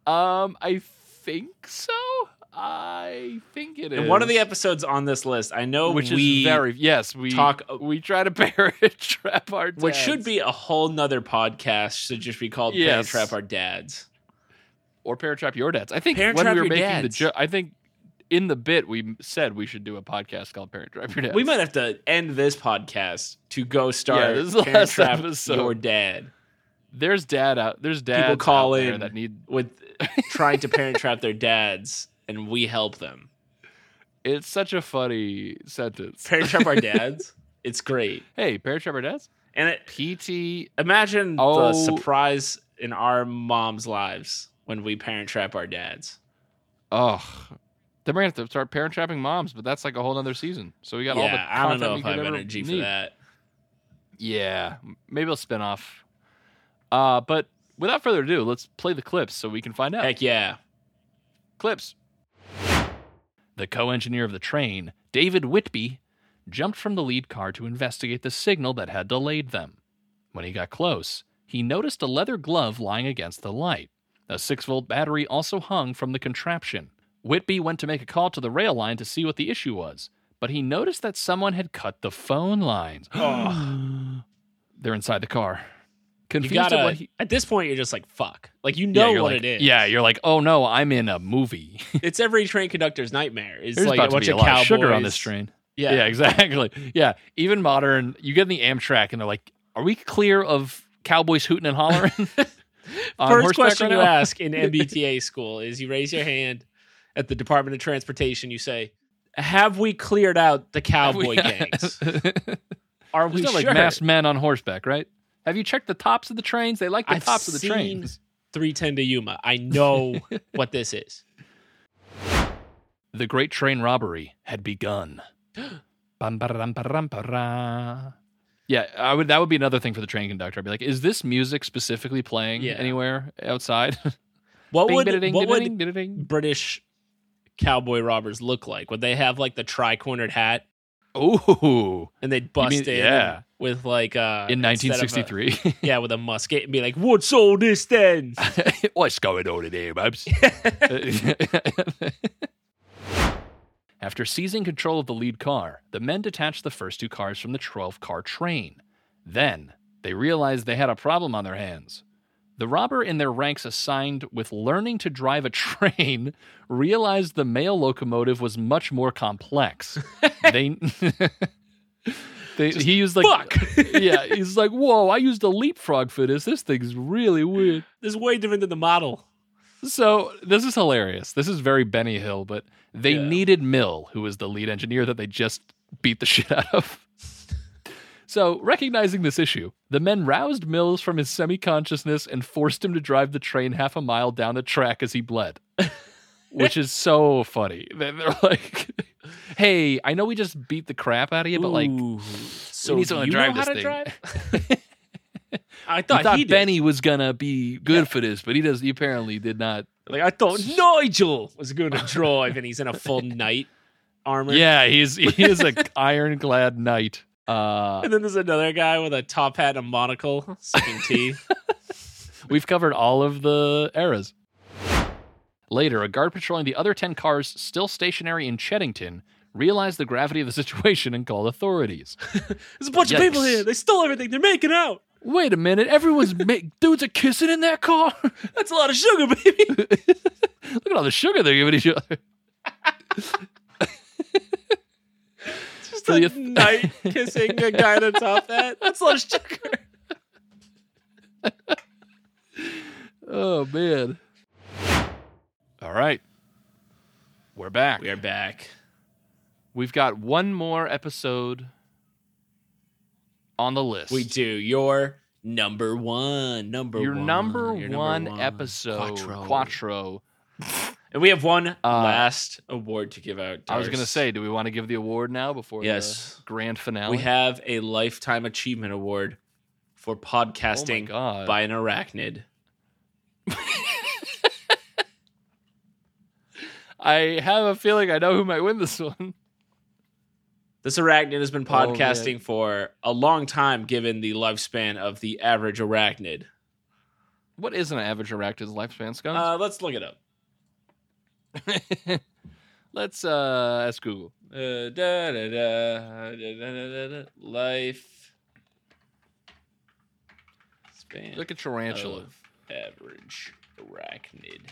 Speaker 1: um, I think so. I think it is.
Speaker 2: In one of the episodes on this list, I know
Speaker 1: which
Speaker 2: we
Speaker 1: is very yes, we
Speaker 2: talk,
Speaker 1: we try to parrot trap our dads.
Speaker 2: which should be a whole nother podcast. Should just be called parent
Speaker 1: Yes.
Speaker 2: trap our dads.
Speaker 1: or parrot trap your dads. I think
Speaker 2: Parent
Speaker 1: when
Speaker 2: Trap
Speaker 1: we were
Speaker 2: Your
Speaker 1: making the
Speaker 2: Dads.
Speaker 1: joke, I think in the bit we said we should do a podcast called Parent Trap Your Dads.
Speaker 2: We might have to end this podcast to go start
Speaker 1: this is the
Speaker 2: parent
Speaker 1: last
Speaker 2: trap
Speaker 1: episode.
Speaker 2: your dad
Speaker 1: There's dad out. There's dads
Speaker 2: call
Speaker 1: out there
Speaker 2: in.
Speaker 1: that need.
Speaker 2: with trying to parent trap their dads, and we help them
Speaker 1: It's such a funny sentence.
Speaker 2: parent trap our dads. It's great,
Speaker 1: hey, parent trap our dads.
Speaker 2: and it,
Speaker 1: PT.
Speaker 2: imagine the
Speaker 1: Oh.
Speaker 2: surprise in our moms' lives when we parent trap our dads.
Speaker 1: Oh, then we're gonna have to start parent trapping moms, but that's like a whole other season. So we got all the.
Speaker 2: yeah, I don't
Speaker 1: content
Speaker 2: know
Speaker 1: we
Speaker 2: if
Speaker 1: could
Speaker 2: I have
Speaker 1: ever
Speaker 2: energy for
Speaker 1: need.
Speaker 2: that.
Speaker 1: Yeah, m- maybe I'll spin off. Uh, but without further ado, let's play the clips so we can find out.
Speaker 2: Heck yeah.
Speaker 1: Clips. The co engineer of the train, David Whitby, jumped from the lead car to investigate the signal that had delayed them. When he got close, he noticed a leather glove lying against the light. A 6 volt battery also hung from the contraption. Whitby went to make a call to the rail line to see what the issue was, but he noticed that someone had cut the phone lines. They're inside the car.
Speaker 2: You
Speaker 1: Confused
Speaker 2: gotta,
Speaker 1: at what he.
Speaker 2: at this point, you're just like, fuck. Like, you
Speaker 1: Yeah,
Speaker 2: know
Speaker 1: you're
Speaker 2: what
Speaker 1: like-
Speaker 2: it is.
Speaker 1: Yeah, you're like, oh no, I'm in a movie.
Speaker 2: It's every train conductor's nightmare. It's
Speaker 1: There's
Speaker 2: like
Speaker 1: about
Speaker 2: a
Speaker 1: to
Speaker 2: bunch
Speaker 1: be a
Speaker 2: of
Speaker 1: lot
Speaker 2: cowboys.
Speaker 1: of sugar on this train.
Speaker 2: Yeah.
Speaker 1: Yeah. exactly. Yeah, even modern. You get in the Amtrak, and they're like, "Are we clear of cowboys hooting and hollering?" on
Speaker 2: First
Speaker 1: horseback
Speaker 2: question
Speaker 1: right
Speaker 2: you
Speaker 1: now?
Speaker 2: ask in MBTA school is you raise your hand at the Department of Transportation. You say, have we cleared out the cowboy gangs? Are we
Speaker 1: There's not
Speaker 2: sure?
Speaker 1: like masked men on horseback, right? Have you checked the tops of the trains? They like the
Speaker 2: I've
Speaker 1: tops of the
Speaker 2: seen
Speaker 1: trains.
Speaker 2: 310 to Yuma. I know what this is.
Speaker 1: The great train robbery had begun. Bam, ba-da-dam, ba-da-dam, ba-da. yeah, I would. That would be another thing for the train conductor. I'd be like, "Is this music specifically playing
Speaker 2: Yeah.
Speaker 1: anywhere outside?"
Speaker 2: What
Speaker 1: Bing,
Speaker 2: would,
Speaker 1: bida-ding,
Speaker 2: what would
Speaker 1: bida-ding, bida-ding.
Speaker 2: British cowboy robbers look like? Would they have like the tri-cornered hat
Speaker 1: Ooh,
Speaker 2: and they'd bust
Speaker 1: mean-
Speaker 2: in
Speaker 1: yeah.
Speaker 2: with like uh
Speaker 1: in
Speaker 2: instead of a-
Speaker 1: 1963.
Speaker 2: yeah, with a musket and be like, "What's all this then?"
Speaker 1: What's going on in there, Babs? After seizing control of the lead car, the men detached the first two cars from the 12 car train. Then, they realized they had a problem on their hands. The robber in their ranks assigned with learning to drive a train realized the mail locomotive was much more complex. they, they he used like
Speaker 2: Fuck,
Speaker 1: yeah, he's like, "Whoa, I used a leapfrog for this. This thing's really weird."
Speaker 2: this is way different than the model.
Speaker 1: So this is hilarious. This is very Benny Hill, but they
Speaker 2: Yeah.
Speaker 1: needed Mill, who was the lead engineer that they just beat the shit out of. So, recognizing this issue, the men roused Mills from his semi consciousness and forced him to drive the train half a mile down the track as he bled, which is so funny. They're they're like, hey, I know we just beat the crap out of you, but like,
Speaker 2: Ooh, so
Speaker 1: need someone
Speaker 2: do
Speaker 1: to
Speaker 2: you know
Speaker 1: drive
Speaker 2: how
Speaker 1: this
Speaker 2: to
Speaker 1: thing.
Speaker 2: drive? I
Speaker 1: I
Speaker 2: thought,
Speaker 1: thought
Speaker 2: he did.
Speaker 1: Benny was gonna be good for this, but he does. He apparently did not.
Speaker 2: Like I thought Nigel was going to drive, and he's in a full knight armor.
Speaker 1: Yeah, he's he is a ironclad knight. Uh,
Speaker 2: And then there's another guy with a top hat and a monocle, sucking tea.
Speaker 1: we've covered all of the eras. Later, a guard patrolling the other ten cars still stationary in Cheddington realized the gravity of the situation and called authorities.
Speaker 2: There's a bunch of people
Speaker 1: Yikes.
Speaker 2: here. They stole everything. They're making out.
Speaker 1: Wait a minute, everyone's ma- dudes are kissing in that car.
Speaker 2: That's a lot of sugar, baby.
Speaker 1: Look at all the sugar they're giving each other.
Speaker 2: Just
Speaker 1: For
Speaker 2: a
Speaker 1: the auth-
Speaker 2: knight kissing a guy that's off that. That's a lot of sugar.
Speaker 1: oh man. All right. We're back.
Speaker 2: We are back.
Speaker 1: We've got one more episode on the list.
Speaker 2: We do your number one, number
Speaker 1: Your
Speaker 2: one,
Speaker 1: number,
Speaker 2: your
Speaker 1: one, episode,
Speaker 2: Quattro.
Speaker 1: Quattro. Uh,
Speaker 2: and we have one uh, last award to give out.
Speaker 1: I was
Speaker 2: Darius.
Speaker 1: going to say, do we want to give the award now before
Speaker 2: Yes.
Speaker 1: the grand finale? Oh
Speaker 2: we have a lifetime achievement award for podcasting
Speaker 1: Oh God.
Speaker 2: by an arachnid.
Speaker 1: I have a feeling I know who might win this one.
Speaker 2: This arachnid has been
Speaker 1: Oh, man.
Speaker 2: podcasting for a long time, given the lifespan of the average arachnid.
Speaker 1: What is an average arachnid's lifespan, Scott?
Speaker 2: Uh, let's look it up.
Speaker 1: Let's uh, ask Google.
Speaker 2: Uh, da, da, da, da, da, da, da, da. Life span
Speaker 1: Look at tarantula.
Speaker 2: of average arachnid.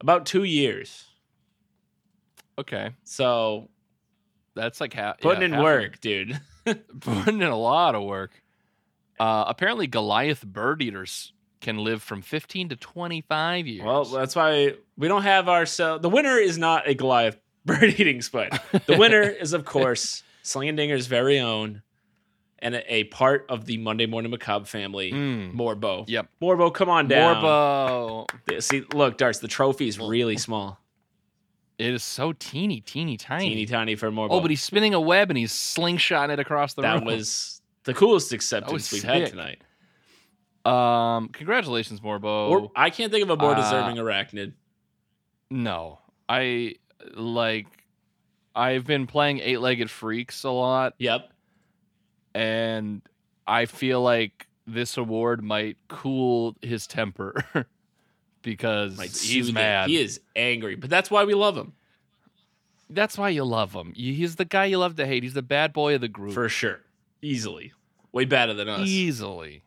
Speaker 2: About two years.
Speaker 1: Okay,
Speaker 2: So
Speaker 1: that's like half.
Speaker 2: Oh. putting
Speaker 1: yeah,
Speaker 2: in
Speaker 1: half-
Speaker 2: work, dude.
Speaker 1: putting in a lot of work. Uh, apparently, Goliath bird eaters can live from 15 to 25 years.
Speaker 2: Well, that's why we don't have ourselves. The winner is not a Goliath bird eating spider. The winner is, of course, Slandinger's very own and a, a part of the Monday Morning Macabre family,
Speaker 1: Mm.
Speaker 2: Morbo.
Speaker 1: Yep.
Speaker 2: Morbo, come on down.
Speaker 1: Morbo.
Speaker 2: Th- See, look, Darts, the trophy's really small.
Speaker 1: It is so teeny, teeny tiny.
Speaker 2: Teeny tiny for Morbo.
Speaker 1: oh, but he's spinning a web and he's slingshotting it across the
Speaker 2: that
Speaker 1: room.
Speaker 2: was the coolest acceptance we've had
Speaker 1: sick.
Speaker 2: tonight.
Speaker 1: Um, congratulations, Morbo.
Speaker 2: Or, I can't think of a more
Speaker 1: Oh. Uh,
Speaker 2: deserving arachnid.
Speaker 1: No, I like. I've been playing Eight Legged Freaks a lot,
Speaker 2: Yep.
Speaker 1: and I feel like this award might cool his temper because
Speaker 2: Might
Speaker 1: he's
Speaker 2: soothe it.
Speaker 1: mad.
Speaker 2: He is angry, but that's why we love him.
Speaker 1: That's why you love him. You- He's the guy you love to hate. He's the bad boy of the group,
Speaker 2: For sure. Easily. Way better than us.
Speaker 1: easily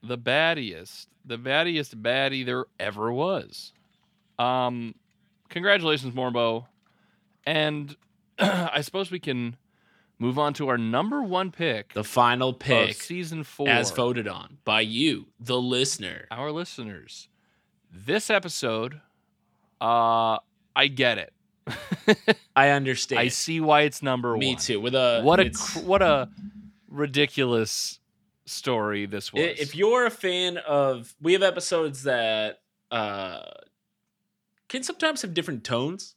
Speaker 1: the baddiest, the baddiest baddie there ever was. Um, congratulations, Morbo, and I suppose we can move on to our number one pick
Speaker 2: the final
Speaker 1: of
Speaker 2: pick
Speaker 1: season four
Speaker 2: as voted on by you, the listener.
Speaker 1: our listeners. This episode, uh, I get it.
Speaker 2: I understand.
Speaker 1: I see why it's number
Speaker 2: Me
Speaker 1: one.
Speaker 2: too. With a
Speaker 1: what a
Speaker 2: it's-
Speaker 1: cr- what a ridiculous story this was.
Speaker 2: i- if you're a fan of we have episodes that uh can sometimes have different tones.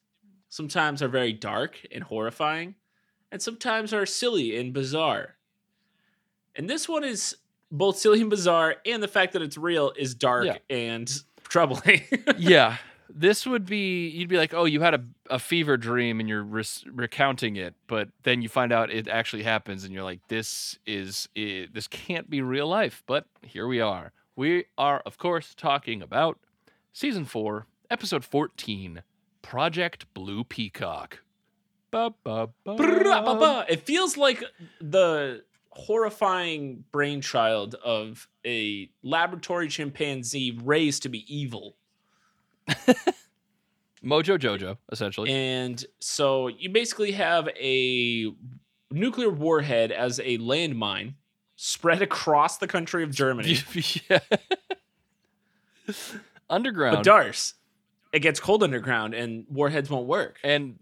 Speaker 2: Sometimes are very dark and horrifying, and sometimes are silly and bizarre. And this one is both silly and bizarre, and the fact that it's real is dark
Speaker 1: Yeah.
Speaker 2: and troubling.
Speaker 1: yeah this would be you'd be like oh you had a, a fever dream and you're res- recounting it but then you find out it actually happens and you're like this is it, this can't be real life but here we are we are of course talking about season 4 episode 14 project blue peacock Ba, ba, ba.
Speaker 2: Brrrr-ah-ba-ba. It feels like the horrifying brainchild of a laboratory chimpanzee raised to be evil.
Speaker 1: mojo jojo essentially
Speaker 2: And so you basically have a nuclear warhead as a landmine spread across the country of Germany.
Speaker 1: yeah. underground
Speaker 2: But Dars, it gets cold underground and warheads won't work.
Speaker 1: and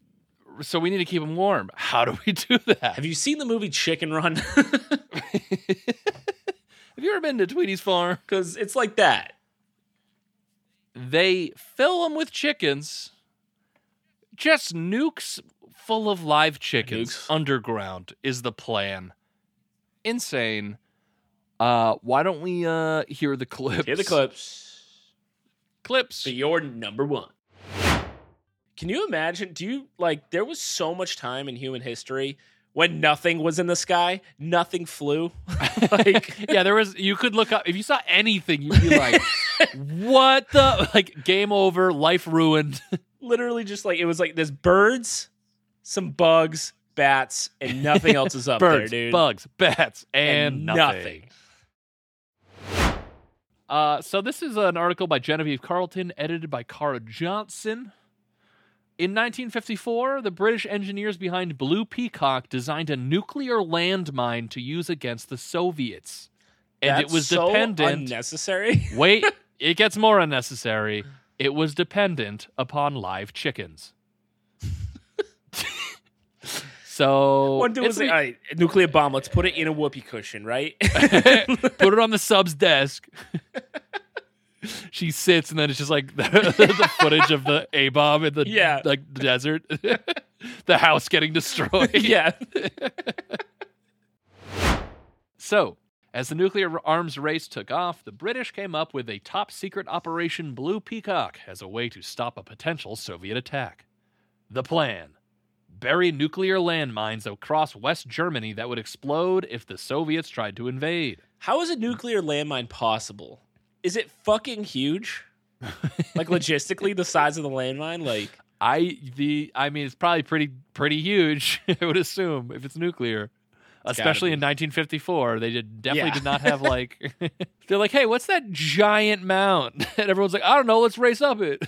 Speaker 1: so we need to keep them warm how do we do that
Speaker 2: Have you seen the movie Chicken Run?
Speaker 1: Have you ever been to Tweety's farm?
Speaker 2: Because it's like that.
Speaker 1: They fill them with chickens, just nukes full of live chickens
Speaker 2: Nukes.
Speaker 1: underground is the plan. Insane. Uh, why don't we uh hear the clips?
Speaker 2: Hear the clips.
Speaker 1: Clips.
Speaker 2: So you're number one. Can you imagine? Do you like there was so much time in human history when nothing was in the sky, nothing flew? like
Speaker 1: yeah, there was. You could look up if you saw anything. You'd be like, "What the? Like, game over, life ruined."
Speaker 2: literally just like it was like there's birds, some bugs, bats, and nothing else is up
Speaker 1: Birds,
Speaker 2: there, dude.
Speaker 1: bugs, bats, and, nothing. Uh, so this is an article by Genevieve Carlton, edited by Cara Johnson. In 1954, the British engineers behind Blue Peacock designed a nuclear landmine to use against the Soviets. And
Speaker 4: That's
Speaker 1: it was
Speaker 4: so
Speaker 1: dependent.
Speaker 4: Unnecessary.
Speaker 1: Wait, it gets more unnecessary. It was dependent upon live chickens. so
Speaker 2: One dude
Speaker 1: it's
Speaker 2: was like,
Speaker 1: me-
Speaker 2: all right, nuclear bomb, let's put it in a whoopee cushion, right?
Speaker 1: put it on the sub's desk. she sits, and then it's just like the, the footage of the A bomb in the
Speaker 2: Yeah.
Speaker 1: like the desert, the house getting destroyed.
Speaker 2: yeah.
Speaker 1: So, as the nuclear arms race took off, the British came up with a top secret Operation Blue Peacock as a way to stop a potential Soviet attack. The plan bury nuclear landmines across West Germany that would explode if the Soviets tried to invade.
Speaker 2: How is a nuclear landmine possible? Is it fucking huge? like logistically, the size of the landmine, like
Speaker 1: I the I mean it's probably pretty pretty huge, I would assume, if it's nuclear.
Speaker 2: gotta
Speaker 1: Especially
Speaker 2: be.
Speaker 1: in 1954, they did definitely
Speaker 2: Yeah.
Speaker 1: did not have like they're like, hey, what's that giant mound? And everyone's like, I don't know, let's race up it.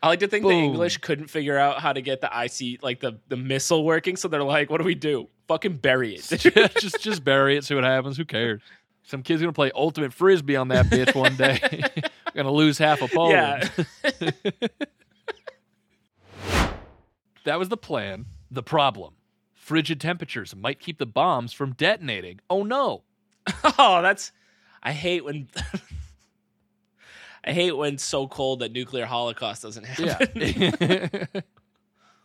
Speaker 2: I like to think the
Speaker 1: Boom.
Speaker 2: English couldn't figure out how to get the IC, like the, the missile working. So they're like, what do we do? Fucking bury it.
Speaker 1: just just bury it, see what happens. Who cares? Some kid's gonna play ultimate frisbee on that bitch one day. We're gonna lose half a Poland.
Speaker 2: yeah.
Speaker 1: That was the plan. The problem. Frigid temperatures might keep the bombs from detonating. Oh no.
Speaker 2: Oh, that's. I hate when. I hate when it's so cold that nuclear holocaust doesn't
Speaker 1: Yeah.
Speaker 2: happen.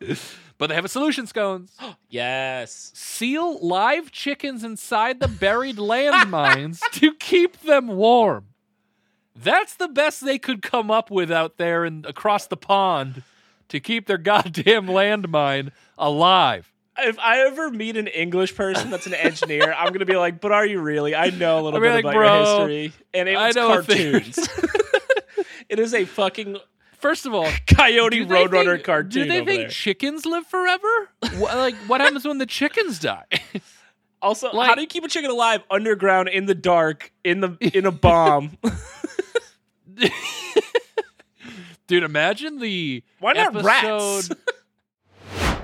Speaker 1: but they have a solution scones.
Speaker 2: yes.
Speaker 1: Seal live chickens inside the buried landmines to keep them warm. That's the best they could come up with out there and across the pond to keep their goddamn landmine alive.
Speaker 2: If I ever meet an English person that's an engineer, I'm gonna be like, "But are you really? I know a little
Speaker 1: I'll be
Speaker 2: bit
Speaker 1: like,
Speaker 2: about
Speaker 1: "Bro,
Speaker 2: your history, and it
Speaker 1: I
Speaker 2: was
Speaker 1: know a thing."
Speaker 2: cartoons. it is a fucking
Speaker 1: First of all,
Speaker 2: Coyote
Speaker 1: do they
Speaker 2: Roadrunner
Speaker 1: think-
Speaker 2: cartoon
Speaker 1: Do they
Speaker 2: over
Speaker 1: think
Speaker 2: there.
Speaker 1: chickens live forever? Wha- like, what happens when the chickens die?
Speaker 2: Also, how
Speaker 1: Like-
Speaker 2: do you keep a chicken alive underground in the dark in the in a bomb?
Speaker 1: Dude, imagine the
Speaker 2: Why not rats?
Speaker 1: episode.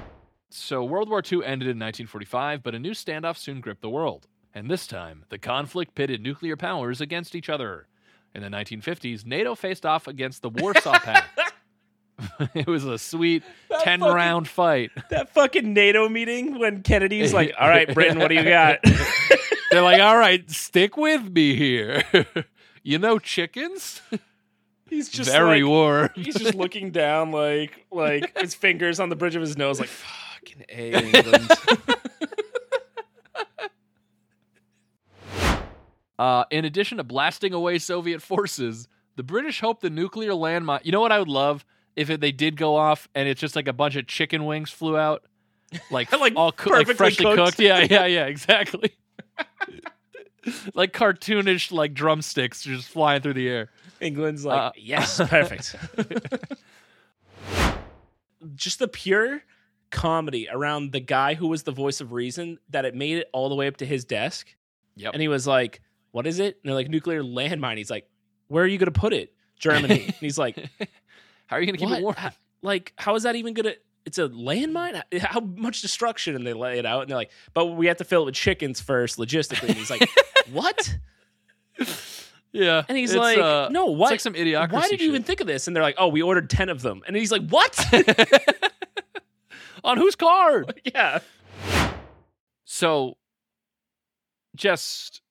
Speaker 1: so World War II ended in 1945, but a new standoff soon gripped the world. And this time, the conflict pitted nuclear powers against each other. In the 1950s, NATO faced off against the Warsaw Pact. it was a sweet
Speaker 2: That
Speaker 1: 10
Speaker 2: fucking-
Speaker 1: round fight.
Speaker 2: That fucking NATO meeting when Kennedy's like, "All right, Britain, what do you got?"
Speaker 1: They're like, all right, stick with me here. you know, chickens?
Speaker 2: He's just
Speaker 1: Very
Speaker 2: like,
Speaker 1: warm.
Speaker 2: he's just looking down, like like his fingers on the bridge of his nose, like fucking a England.
Speaker 1: Uh, in addition to blasting away Soviet forces, the British hoped the nuclear landmine. You know what I would love if it, they did go off and it's just like a bunch of chicken wings flew out, like,
Speaker 2: Like,
Speaker 1: all coo- like
Speaker 2: perfectly
Speaker 1: freshly
Speaker 2: cooked.
Speaker 1: cooked. Yeah, yeah, yeah, exactly. like cartoonish, like drumsticks just flying through the air.
Speaker 2: England's like,
Speaker 1: Uh,
Speaker 2: yes, perfect. Just the pure comedy around the guy who was the voice of reason that it made it all the way up to his desk.
Speaker 1: Yep.
Speaker 2: And he was like, What is it? And they're like, Nuclear landmine. He's like, Where are you going to put it? Germany. and he's like,
Speaker 1: How are you gonna keep
Speaker 2: what?
Speaker 1: it warm?
Speaker 2: How- like, how is that even going to? It's a landmine. How much destruction? And they lay it out, and they're like, "But we have to fill it with chickens first, logistically." And he's like, "What?"
Speaker 1: Yeah,
Speaker 2: And he's
Speaker 1: it's,
Speaker 2: like,
Speaker 1: uh,
Speaker 2: "No,
Speaker 1: it's
Speaker 2: what?
Speaker 1: like some idiocracy.
Speaker 2: Why did you even
Speaker 1: shit.
Speaker 2: think of this? And they're like, oh, we ordered 10 of them. And he's like, what?
Speaker 1: on whose card?
Speaker 2: yeah.
Speaker 1: So, just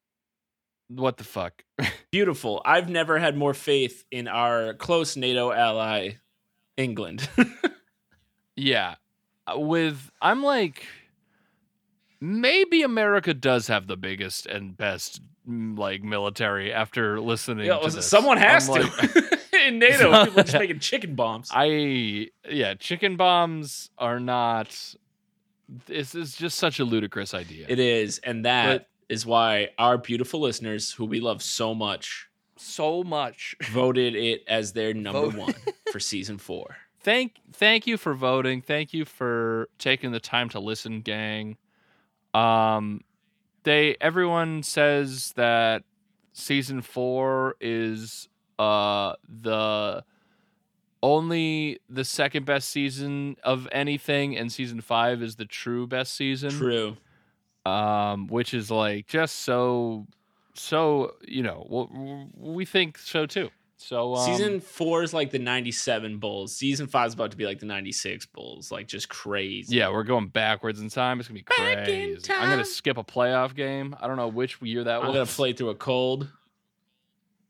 Speaker 1: what the fuck?
Speaker 2: Beautiful. I've never had more faith in our close NATO ally, England.
Speaker 1: Yeah. Uh, With I'm like maybe America does have the biggest and best mm, like military after listening
Speaker 2: Yeah,
Speaker 1: to this.
Speaker 2: someone has
Speaker 1: I'm like,
Speaker 2: to. in NATO, people are just making chicken bombs.
Speaker 1: I yeah, chicken bombs are not this is just such a ludicrous idea.
Speaker 2: It is. And that is why our beautiful listeners, who we love so much,
Speaker 1: so much.
Speaker 2: voted it as their number
Speaker 1: Vote.
Speaker 2: one for season four.
Speaker 1: Thank thank you for voting. Thank you for taking the time to listen, gang. Um they everyone says that season 4 is uh the only the second best season of anything, and season five is the true best season.
Speaker 2: True.
Speaker 1: um, which is like just so, so you know, w- w- we think so too. So um,
Speaker 2: season four is like the 97 Bulls. Season five is about to be like the 96 Bulls. Like just crazy.
Speaker 1: yeah, we're going backwards in time. It's gonna be
Speaker 2: Back in
Speaker 1: crazy. I'm gonna
Speaker 2: time.
Speaker 1: skip a playoff game. I don't know which year that
Speaker 2: I'm
Speaker 1: was.
Speaker 2: going to play through a cold.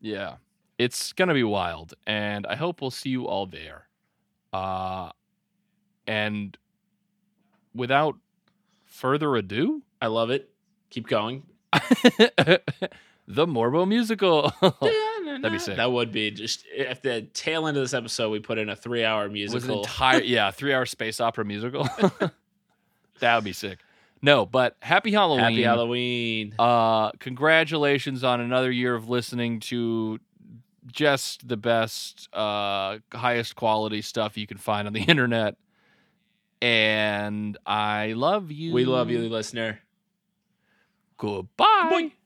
Speaker 1: Yeah, it's gonna be wild, and I hope we'll see you all there. Uh, and without further ado,
Speaker 2: I love it. Keep going.
Speaker 1: the Morbo musical.
Speaker 2: That'd
Speaker 1: be sick.
Speaker 2: That would be just if the tail end of this episode we put in a three hour
Speaker 1: was an
Speaker 2: musical.
Speaker 1: entire yeah three hour space opera musical that would be sick no but happy halloween
Speaker 2: Happy Halloween.
Speaker 1: uh congratulations on another year of listening to just the best uh highest quality stuff you can find on the internet and i love you
Speaker 2: We love you, listener.
Speaker 1: goodbye
Speaker 2: Boing.